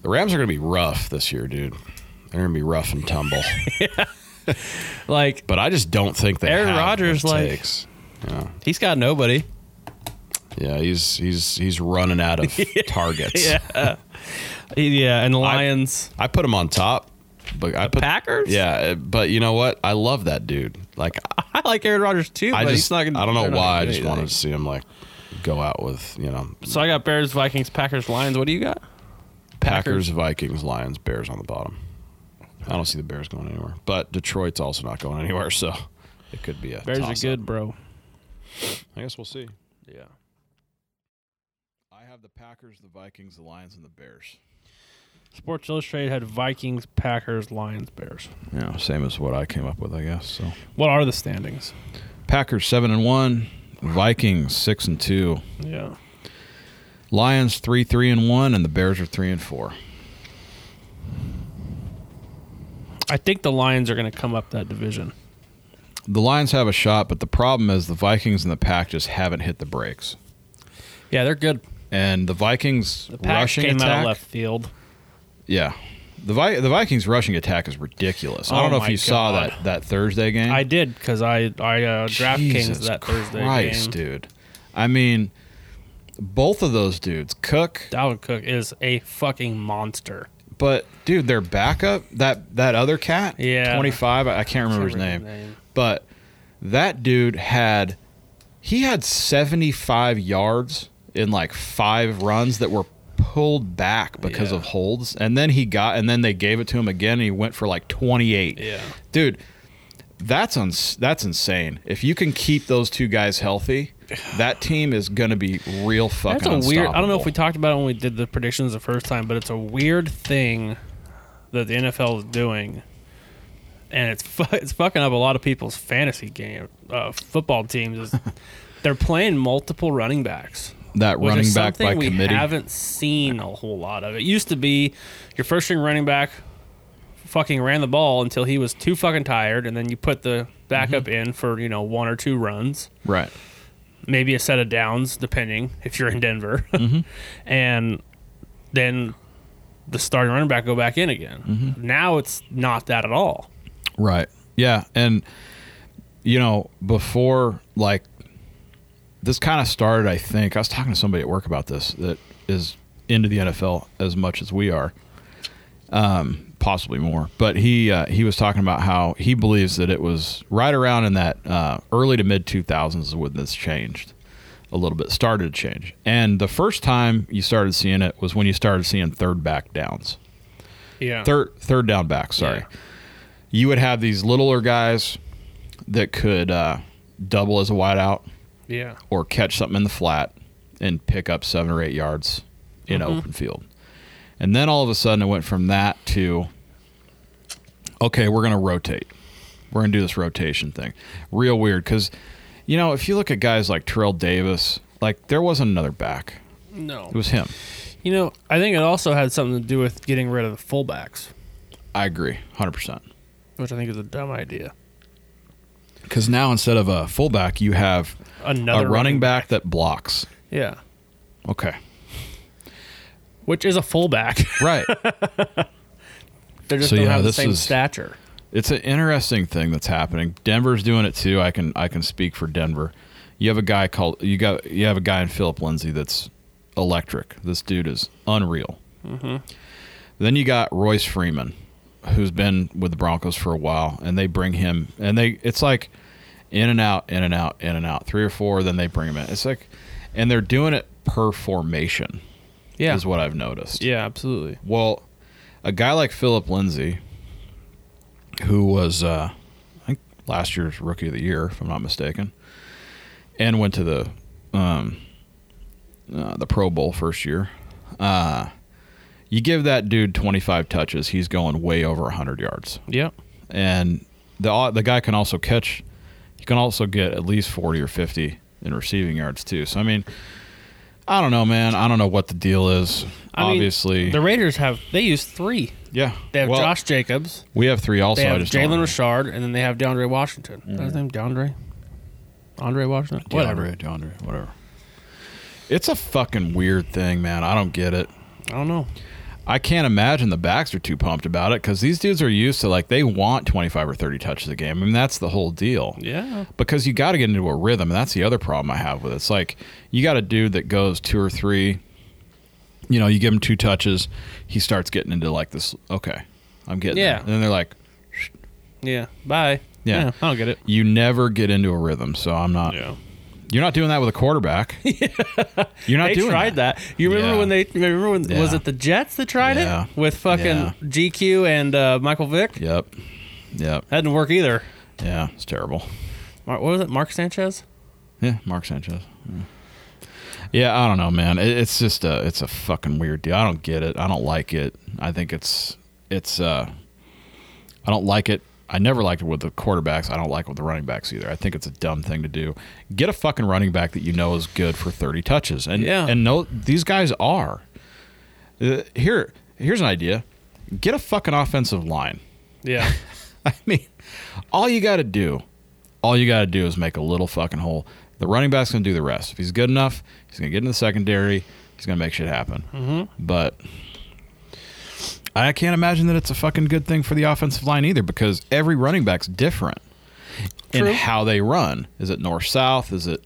S1: The Rams are going to be rough this year, dude. They're going to be rough and tumble.
S2: Like,
S1: but I just don't think they.
S2: Aaron
S1: have what
S2: Rodgers,
S1: it
S2: like-
S1: takes.
S2: he's got nobody.
S1: Yeah, he's he's he's running out of targets.
S2: Yeah, and the Lions.
S1: I put him on top, but I put
S2: Packers?
S1: Yeah, uh, but you know what? I love that dude. Like I,
S2: I like Aaron Rodgers too,
S1: I
S2: but
S1: just
S2: he's not gonna
S1: I don't know
S2: they're not
S1: why. I
S2: gonna
S1: just
S2: do
S1: wanted to
S2: anything.
S1: see him like go out with you know
S2: So I got Bears, Vikings, Packers, Lions. What do you got?
S1: Packers, Vikings, Lions, Bears on the bottom. I don't see the Bears going anywhere, but Detroit's also not going anywhere, so it could be a
S2: Bears
S1: toss-up.
S2: are good, bro.
S1: I guess we'll see.
S2: Yeah.
S3: I have the Packers, the Vikings, the Lions, and the Bears.
S2: Sports Illustrated had Vikings, Packers, Lions, Bears.
S3: Yeah, same as what I came up with, I guess. So
S2: What are the standings?
S3: Packers seven and one, Vikings six and two,
S2: Yeah.
S3: Lions three three and one, and the Bears are three and four.
S2: I think the Lions are going to come up that division.
S3: The Lions have a shot, but the problem is the Vikings and the Pack just haven't hit the brakes.
S2: Yeah, they're good.
S3: And the Vikings
S2: The Pack
S3: rushing
S2: came
S3: attack,
S2: out of left field.
S3: yeah, the Vi- the Vikings rushing attack is ridiculous. I
S2: Oh
S3: don't know if
S2: my
S3: you saw
S2: God.
S3: that that Thursday game.
S2: I did because I I uh, DraftKings
S3: Jesus
S2: that Thursday
S3: Christ,
S2: game.
S3: dude. I mean, both of those dudes, Cook,
S2: Dalvin Cook is a fucking monster.
S3: but dude, their backup, that that other cat,
S2: Yeah.
S3: twenty five. I I can't remember his
S2: remember
S3: name,
S2: his name.
S3: but that dude had he had seventy five yards in like five runs that were pulled back because
S2: Yeah.
S3: of holds, and then he got, and then they gave it to him again, and he went for like twenty eight.
S2: Yeah.
S3: dude. That's uns- that's insane. If you can keep those two guys healthy, that team is gonna be real fucking.
S2: That's a weird. I don't know
S3: unstoppable.
S2: if we talked about it when we did the predictions the first time, but it's a weird thing that the NFL is doing, and it's fu- it's fucking up a lot of people's fantasy game uh, football teams. Is they're playing multiple running backs.
S3: that
S2: which
S3: running
S2: is
S3: back
S2: something
S3: by
S2: we
S3: committee.
S2: haven't seen a whole lot of. It used to be your first string running back fucking ran the ball until he was too fucking tired, and then you put the backup
S3: Mm-hmm.
S2: in for you know one or two runs,
S3: Right.
S2: maybe a set of downs depending if you're in Denver,
S3: Mm-hmm.
S2: and then the starting running back go back in again.
S3: Mm-hmm.
S2: Now it's not that at all.
S3: Right. Yeah. And, you know, before, like, this kind of started, I think, I was talking to somebody at work about this that is into the NFL as much as we are, um, possibly more. But he, uh, he was talking about how he believes that it was right around in that uh, early to mid 2000s is when this changed a little bit, started to change. And the first time you started seeing it was when you started seeing third back downs
S2: Yeah,
S3: third third down back. Sorry, you would have these littler guys that could uh, double as a wideout
S2: yeah,
S3: or catch something in the flat and pick up seven or eight yards in open field. And then all of a sudden, it went from that to okay, we're going to rotate. We're going to do this rotation thing. Real weird because, you know, if you look at guys like Terrell Davis, like there wasn't another back.
S2: no.
S3: It was him.
S2: You know, I think it also had something to do with getting rid of the fullbacks,
S3: I agree, hundred percent.
S2: which I think is a dumb idea.
S3: Because now instead of a fullback, you have
S2: Another
S3: a running back that blocks.
S2: Yeah.
S3: Okay.
S2: Which is a fullback.
S3: Right.
S2: they just
S3: So,
S2: don't
S3: yeah,
S2: have the
S3: this
S2: same
S3: is-
S2: stature.
S3: it's an interesting thing that's happening. Denver's doing it too. I can I can speak for Denver. You have a guy called you got you have a guy in Philip Lindsay that's electric. This dude is unreal. Mm-hmm. Then you got Royce Freeman, who's been with the Broncos for a while, and they bring him and they it's like in and out, in and out, in and out, three or four. Then they bring him in. It's like, and they're doing it per formation.
S2: Yeah.
S3: is what I've noticed.
S2: Yeah, absolutely.
S3: Well, a guy like Philip Lindsay, who was uh, I think last year's rookie of the year, if I'm not mistaken, and went to the um, uh, the Pro Bowl first year. Uh, you give that dude 25 touches, he's going way over 100 yards,
S2: Yeah.
S3: and the the guy can also catch. He can also get at least 40 or 50 in receiving yards too. So I mean. I don't know, man. I don't know what the deal is.
S2: I mean,
S3: Obviously,
S2: The Raiders have they use three.
S3: yeah.
S2: They have
S3: Well,
S2: Josh Jacobs,
S3: We have three also.
S2: they
S3: I
S2: have
S3: just don't Mm.
S2: Jalen
S3: remember.
S2: Richard, and then they have DeAndre Washington. Is that his name DeAndre? Andre Washington? Whatever.
S3: DeAndre, DeAndre, whatever. It's a fucking weird thing, man. I don't get it.
S2: I don't know.
S3: I can't imagine the backs are too pumped about it because these dudes are used to like they want 25 or 30 touches a game. I mean, that's the whole deal.
S2: Yeah.
S3: Because you got to get into a rhythm. And that's the other problem I have with it. It's like you got a dude that goes two or three, you know, you give him two touches, he starts getting into like this, okay, I'm getting
S2: Yeah.
S3: there. And then they're like,
S2: Yeah. Bye.
S3: Yeah.
S2: I don't get it.
S3: you never get into a rhythm. So I'm not. You're not doing that with a quarterback. You're not
S2: They
S3: doing
S2: tried that. You remember
S3: Yeah.
S2: when they remember when
S3: Yeah.
S2: was it the Jets that tried
S3: Yeah.
S2: it with fucking
S3: Yeah.
S2: GQ and uh, Michael Vick?
S3: Yep. Yep.
S2: That didn't work either.
S3: Yeah. It's terrible.
S2: Mar- What was it? Mark Sanchez?
S3: Yeah. Mark Sanchez. Yeah. Yeah, I don't know, man. It, it's just a it's a fucking weird deal. I don't get it. I don't like it. I think it's it's uh I don't like it. I never liked it with the quarterbacks. I don't like it with the running backs either. I think it's a dumb thing to do. Get a fucking running back that you know is good for 30 touches. And
S2: Yeah.
S3: and no these guys are. Uh, here here's an idea. Get a fucking offensive line.
S2: Yeah.
S3: I mean, all you got to do, all you got to do is make a little fucking hole. The running back's going to do the rest. If he's good enough, he's going to get in the secondary. He's going to make shit happen. Mm-hmm. But I can't imagine that it's a fucking good thing for the offensive line either because every running back's different
S2: True.
S3: in how they run. Is it north south? Is it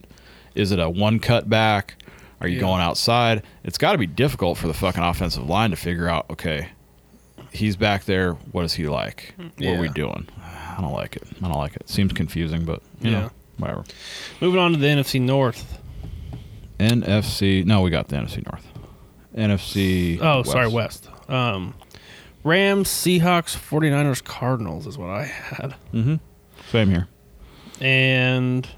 S3: is it a one cut back? Are you
S2: Yeah.
S3: going outside? It's got to be difficult for the fucking offensive line to figure out. Okay, he's back there. What is he like? What are we
S2: Yeah.
S3: doing? I don't like it. I don't like it. Seems confusing, but you
S2: Yeah.
S3: know, whatever.
S2: Moving on to the NFC North.
S3: NFC. No, we got the NFC North. NFC.
S2: Oh, sorry, West. Um, Rams, Seahawks, 49ers, Cardinals is what I had.
S3: Mm-hmm. Same here.
S2: And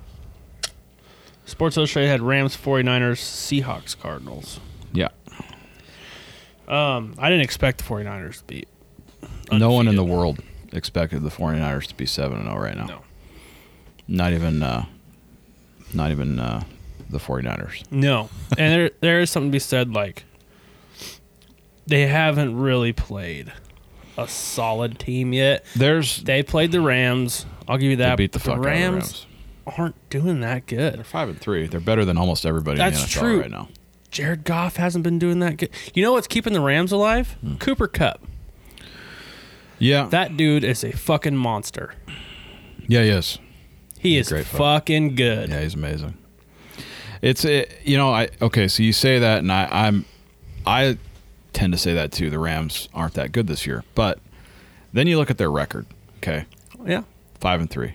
S2: Sports Illustrated had Rams, 49ers, Seahawks, Cardinals.
S3: Yeah.
S2: Um, I didn't expect the 49ers to beat.
S3: No one in the
S2: Undefeated.
S3: world expected the 49ers to be 7 and 0 right now.
S2: No.
S3: Not even uh not even uh the 49ers.
S2: No, and there there is something to be said. Like they haven't really played a solid team yet.
S3: There's
S2: They played the Rams. I'll give you
S3: they
S2: that.
S3: beat the
S2: but
S3: fuck out of the Rams.
S2: aren't doing that good.
S3: They're 5 and 3. They're better than almost everybody in
S2: That's
S3: the NFL
S2: true.
S3: right now.
S2: Jared Goff hasn't been doing that good. You know what's keeping the Rams alive?
S3: Hmm.
S2: Cooper Cup.
S3: Yeah.
S2: That dude is a fucking monster.
S3: yeah, yes.
S2: He
S3: He's
S2: is
S3: a great fella.
S2: fucking good.
S3: Yeah, he's amazing. It's it, you know, I okay, so you say that and I I'm I tend to say that too. The Rams aren't that good this year. But then you look at their record, okay?
S2: yeah.
S3: 5 and 3.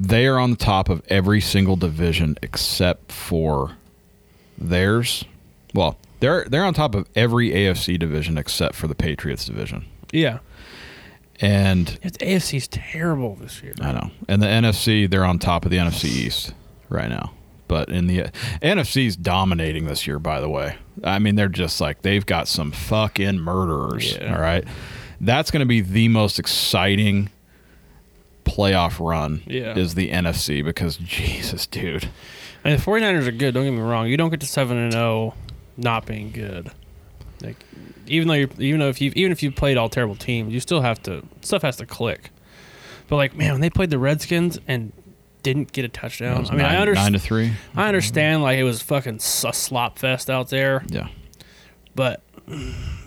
S3: They are on the top of every single division except for theirs. Well, they're they're on top of every AFC division except for the Patriots division.
S2: Yeah.
S3: And
S2: It's AFC's terrible this year.
S3: I know. And the NFC, they're on top of the NFC East right now. But in the NFC's dominating this year, by the way. I mean, they're just like they've got some fucking murderers.
S2: Yeah.
S3: All right. That's going to be the most exciting playoff run
S2: Yeah.
S3: is the NFC because Jesus, dude.
S2: And the 49ers are good, don't get me wrong. You don't get to 7 and 0 not being good. Like even though you are even though if you even if you played all terrible teams, you still have to stuff has to click. But like, man, when they played the Redskins and didn't get a
S3: It
S2: touchdown.
S3: was
S2: I mean,
S3: nine,
S2: I
S3: nine
S2: understand
S3: to 3.
S2: I understand like it was fucking s- a slop fest out there,
S3: Yeah.
S2: but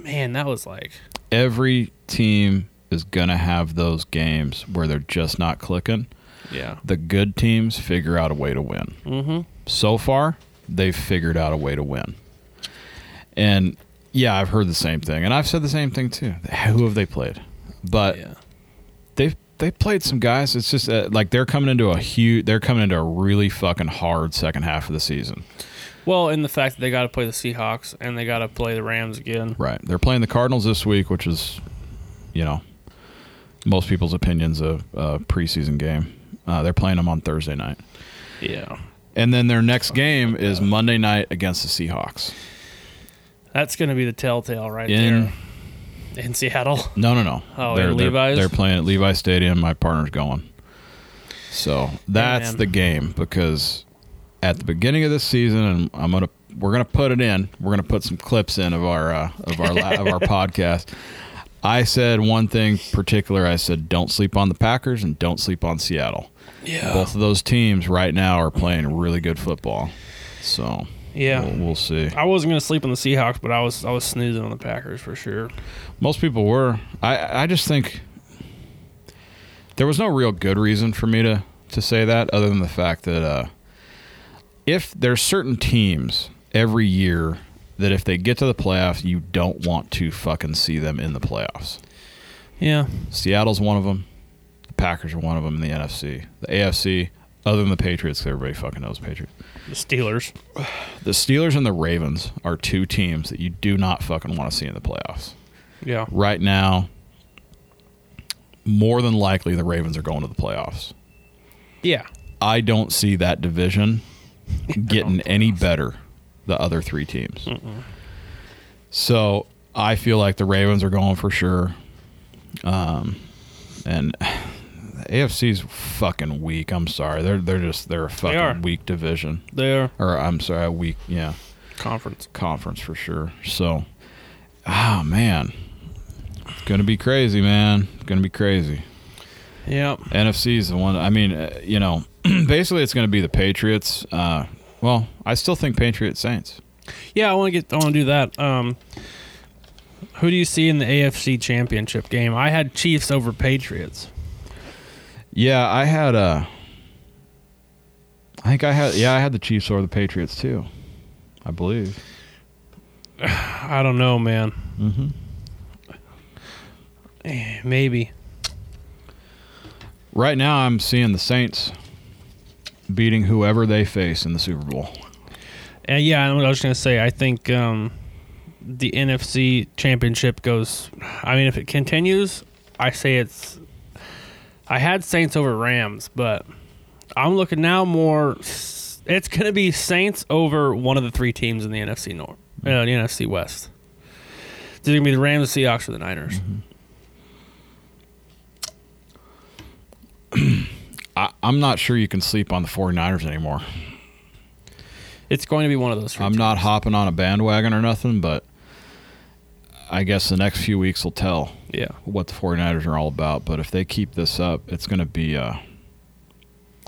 S2: man, that was like
S3: Every team is going to have those games where they're just not clicking.
S2: yeah.
S3: the good teams figure out a way to win. Mm-hmm. So far, they've figured out a way to win. And yeah, I've heard the same thing, and I've said the same thing too. Who have they played? But
S2: Yeah.
S3: they've they played some guys. It's just uh, like they're coming into a huge. They're coming into a really fucking hard second half of the season.
S2: Well, in the fact that they got to play the Seahawks and they got to play the Rams again.
S3: Right. They're playing the Cardinals this week, which is, you know, most people's opinions a, a preseason game. Uh, they're playing them on Thursday night,
S2: Yeah.
S3: and then their next game is Monday night against the Seahawks.
S2: That's going to be the telltale right
S3: in
S2: there in Seattle.
S3: no no no
S2: Oh, in Levi's?
S3: they're playing at levi stadium my partner's going so that's
S2: man.
S3: the game because at the beginning of this season and i'm gonna we're gonna put it in we're gonna put some clips in of our uh, of our la- of our podcast i said one thing particular i said don't sleep on the packers and don't sleep on seattle
S2: Yeah.
S3: both of those teams right now are playing really good football so
S2: Yeah.
S3: we'll, we'll see
S2: I wasn't going to sleep on the Seahawks, but I was I was snoozing on the Packers for sure.
S3: Most people were. I I just think there was no real good reason for me to to say that other than the fact that uh, if there's certain teams every year that if they get to the playoffs, you don't want to fucking see them in the playoffs.
S2: Yeah.
S3: Seattle's one of them. The Packers are one of them in the NFC. The AFC, other than the Patriots, 'cause everybody fucking knows Patriots.
S2: The Steelers.
S3: The Steelers and the Ravens are two teams that you do not fucking want to see in the playoffs.
S2: Yeah.
S3: right now, more than likely the Ravens are going to the playoffs.
S2: Yeah.
S3: I don't see that division getting any better. The other three teams. So I feel like the Ravens are going for sure. Um, and the AFC's fucking weak. I'm sorry. They're they're just they're a fucking
S2: are.
S3: weak division.
S2: Their
S3: Or I'm sorry, a weak yeah
S2: conference.
S3: conference for sure. So, ah man, Gonna be crazy, man. Gonna be crazy.
S2: Yeah.
S3: NFC is the one. I mean, uh, you know, basically it's going to be the Patriots. Uh, well, I still think Patriots Saints.
S2: Yeah, I want to get. I want to do that. Um, who do you see in the AFC Championship game? I had Chiefs over Patriots.
S3: Yeah, I had uh I think I had yeah I had the Chiefs or the Patriots too, I believe.
S2: I don't know, man.
S3: Mm-hmm.
S2: Eh, Maybe.
S3: Right now, I'm seeing the Saints beating whoever they face in the Super Bowl.
S2: Uh, yeah, I know what I was gonna say. I think um, the NFC Championship goes. I mean, if it continues, I say it's. I had Saints over Rams, but I'm looking now more. s- It's gonna be Saints over one of the three teams in the NFC North, uh, the NFC West. It's either gonna be the Rams, the Seahawks, or the Niners.
S3: Mm-hmm. I, I'm not sure you can sleep on the 49ers anymore.
S2: It's going to be one of those. 3
S3: I'm
S2: teams.
S3: not hopping on a bandwagon or nothing, but I guess the next few weeks will tell.
S2: Yeah.
S3: what the 49ers are all about, but if they keep this up, it's going to be uh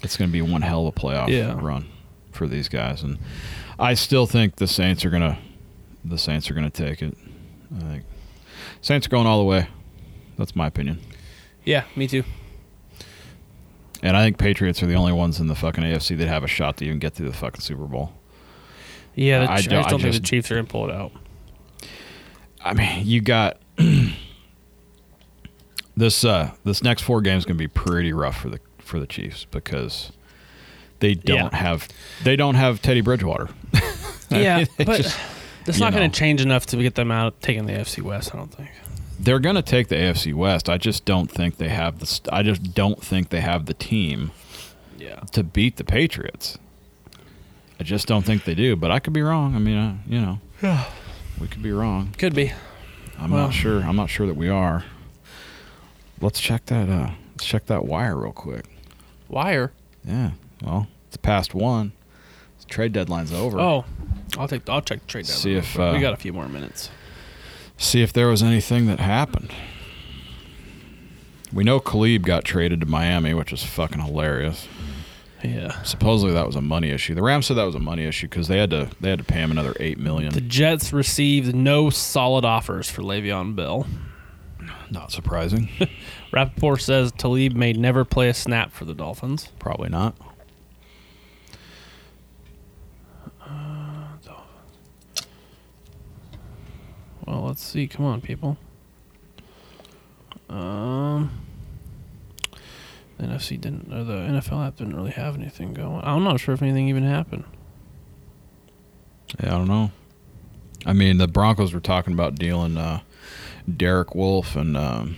S3: it's going to be one hell of a playoff
S2: Yeah.
S3: run for these guys and I still think the Saints are going to the Saints are going to take it. I think Saints are going all the way. That's my opinion.
S2: Yeah, me too.
S3: And I think Patriots are the only ones in the fucking AFC that have a shot to even get through the fucking Super Bowl.
S2: Yeah, the,
S3: I- I
S2: Ch- I,
S3: don't-
S2: just don't
S3: I
S2: think
S3: just-
S2: the Chiefs are gonna pull it out.
S3: I mean, you got this uh this next four games going to be pretty rough for the for the Chiefs because they don't
S2: Yeah.
S3: have they don't have Teddy Bridgewater.
S2: Yeah, but it's
S3: you
S2: not going
S3: know.
S2: to change enough to get them out taking the AFC West. I don't think.
S3: They're going to take the AFC West. I just don't think they have the st- I just don't think they have the team
S2: Yeah.
S3: to beat the Patriots. I just don't think they do, but I could be wrong. I mean, I, you know, we could be wrong.
S2: Could be.
S3: I'm
S2: Well-
S3: not sure. I'm not sure that we are. Let's check that uh let's check that wire real quick.
S2: Wire.
S3: Yeah. Well, it's past one. The trade deadline's over.
S2: Oh, I'll take. I'll check trade down.
S3: See if, uh,
S2: we got a few more minutes.
S3: See if there was anything that happened. We know Khalib got traded to Miami, which is fucking hilarious.
S2: Yeah.
S3: Supposedly that was a money issue. The Rams said that was a money issue because they had to they had to pay him another eight million.
S2: The Jets received no solid offers for Le'Veon Bell.
S3: Not surprising.
S2: Rappaport says Talib may never play a snap for the Dolphins.
S3: Probably not.
S2: Well, let's see. Come on, people. Um, the NFC didn't, or the NFL app didn't really have anything going. I'm not sure if anything even happened.
S3: Yeah, I don't know. I mean, the Broncos were talking about dealing uh, Derek Wolf and um,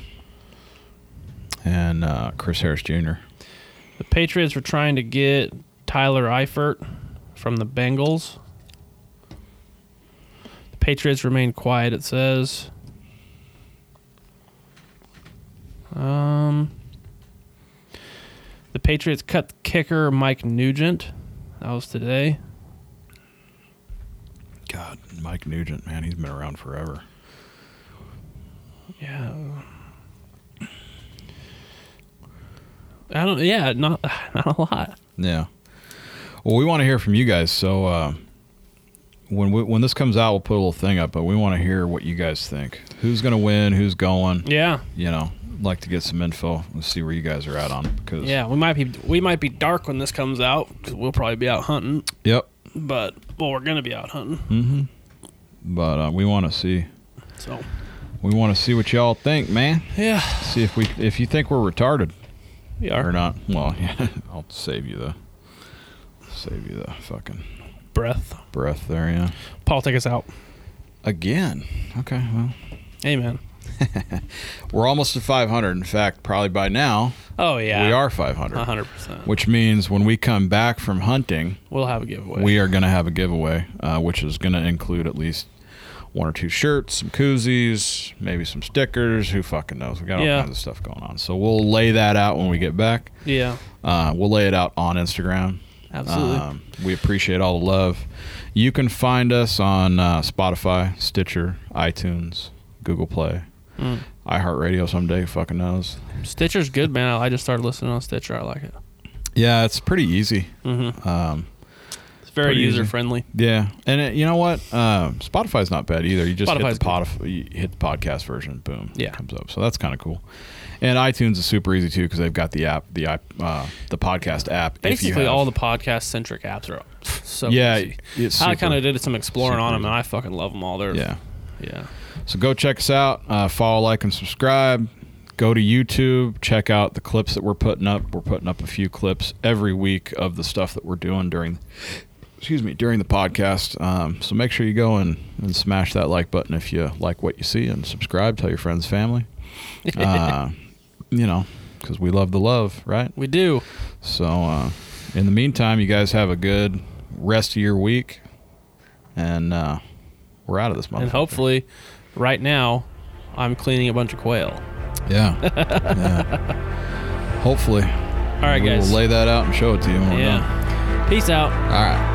S3: and uh, Chris Harris Jr.
S2: The Patriots were trying to get Tyler Eifert from the Bengals. The Patriots remained quiet, it says. Um, the Patriots cut kicker Mike Nugent. That was today.
S3: God, Mike Nugent, man, he's been around forever.
S2: Yeah. I don't. Yeah, not not a lot.
S3: Yeah. Well, we want to hear from you guys. So uh, when we, when this comes out, we'll put a little thing up, but we want to hear what you guys think. Who's going to win? Who's going?
S2: Yeah,
S3: You know, like to get some info and see where you guys are at on. Cause,
S2: yeah. We might be we might be dark when this comes out 'cause we'll probably be out hunting.
S3: Yep.
S2: But well, we're gonna be out hunting.
S3: But uh, we want to see.
S2: So
S3: We want to see what y'all think, man.
S2: yeah,
S3: See if we if you think we're retarded
S2: we
S3: or
S2: are
S3: not. Well, yeah, I'll save you the save you the fucking
S2: breath.
S3: breath there. Yeah.
S2: Paul, take us out.
S3: Again. Okay. Well,
S2: Amen.
S3: we're almost at 500. In fact, probably by now
S2: Oh yeah,
S3: we are 500.
S2: hundred percent.
S3: which means when we come back from hunting,
S2: We'll have a giveaway.
S3: we are going to have a giveaway, uh, which is going to include at least one or two shirts, some koozies, maybe some stickers. Who fucking knows? We got all
S2: Yeah.
S3: kinds of stuff going on. So we'll lay that out when we get back.
S2: yeah,
S3: Uh, we'll lay it out on Instagram.
S2: absolutely.
S3: Um, we appreciate all the love. You can find us on uh, Spotify, Stitcher, iTunes, Google Play, iHeartRadio someday. Fucking knows.
S2: Mm. Stitcher's good, man. I I just started listening on Stitcher. I like it. Mm-hmm.
S3: Yeah, it's pretty easy. Um,
S2: It's very
S3: Pretty easy.
S2: user friendly.
S3: yeah, and it, you know what? Um, Spotify's not bad either. You just
S2: Spotify's
S3: hit the podif- you hit the podcast version, boom,
S2: Yeah.
S3: it comes up. So that's kind of cool. And iTunes is super easy too because they've got the app, the iP- uh, the podcast app. if you
S2: Basically,
S3: have-
S2: all the podcast centric apps are so
S3: yeah,
S2: easy.
S3: it's
S2: I
S3: super-
S2: kind of did some exploring
S3: super
S2: on them,
S3: easy.
S2: and I fucking love them all. They're
S3: yeah.
S2: yeah.
S3: So go check us out. Uh, follow, like, and subscribe. Go to YouTube. Check out the clips that we're putting up. We're putting up a few clips every week of the stuff that we're doing during, excuse me, during the podcast. Um, so make sure you go and, and smash that like button if you like what you see, and subscribe. Tell your friends, family. Uh, you know, because we love the love, right?
S2: We do.
S3: So, uh, in the meantime, you guys have a good rest of your week, and uh, we're out of this month.
S2: and hopefully, right now, I'm cleaning a bunch of quail.
S3: Yeah. yeah. Hopefully.
S2: All right,
S3: we
S2: guys.
S3: will lay that out and show it to you when we're done.
S2: yeah. Peace out.
S3: All right.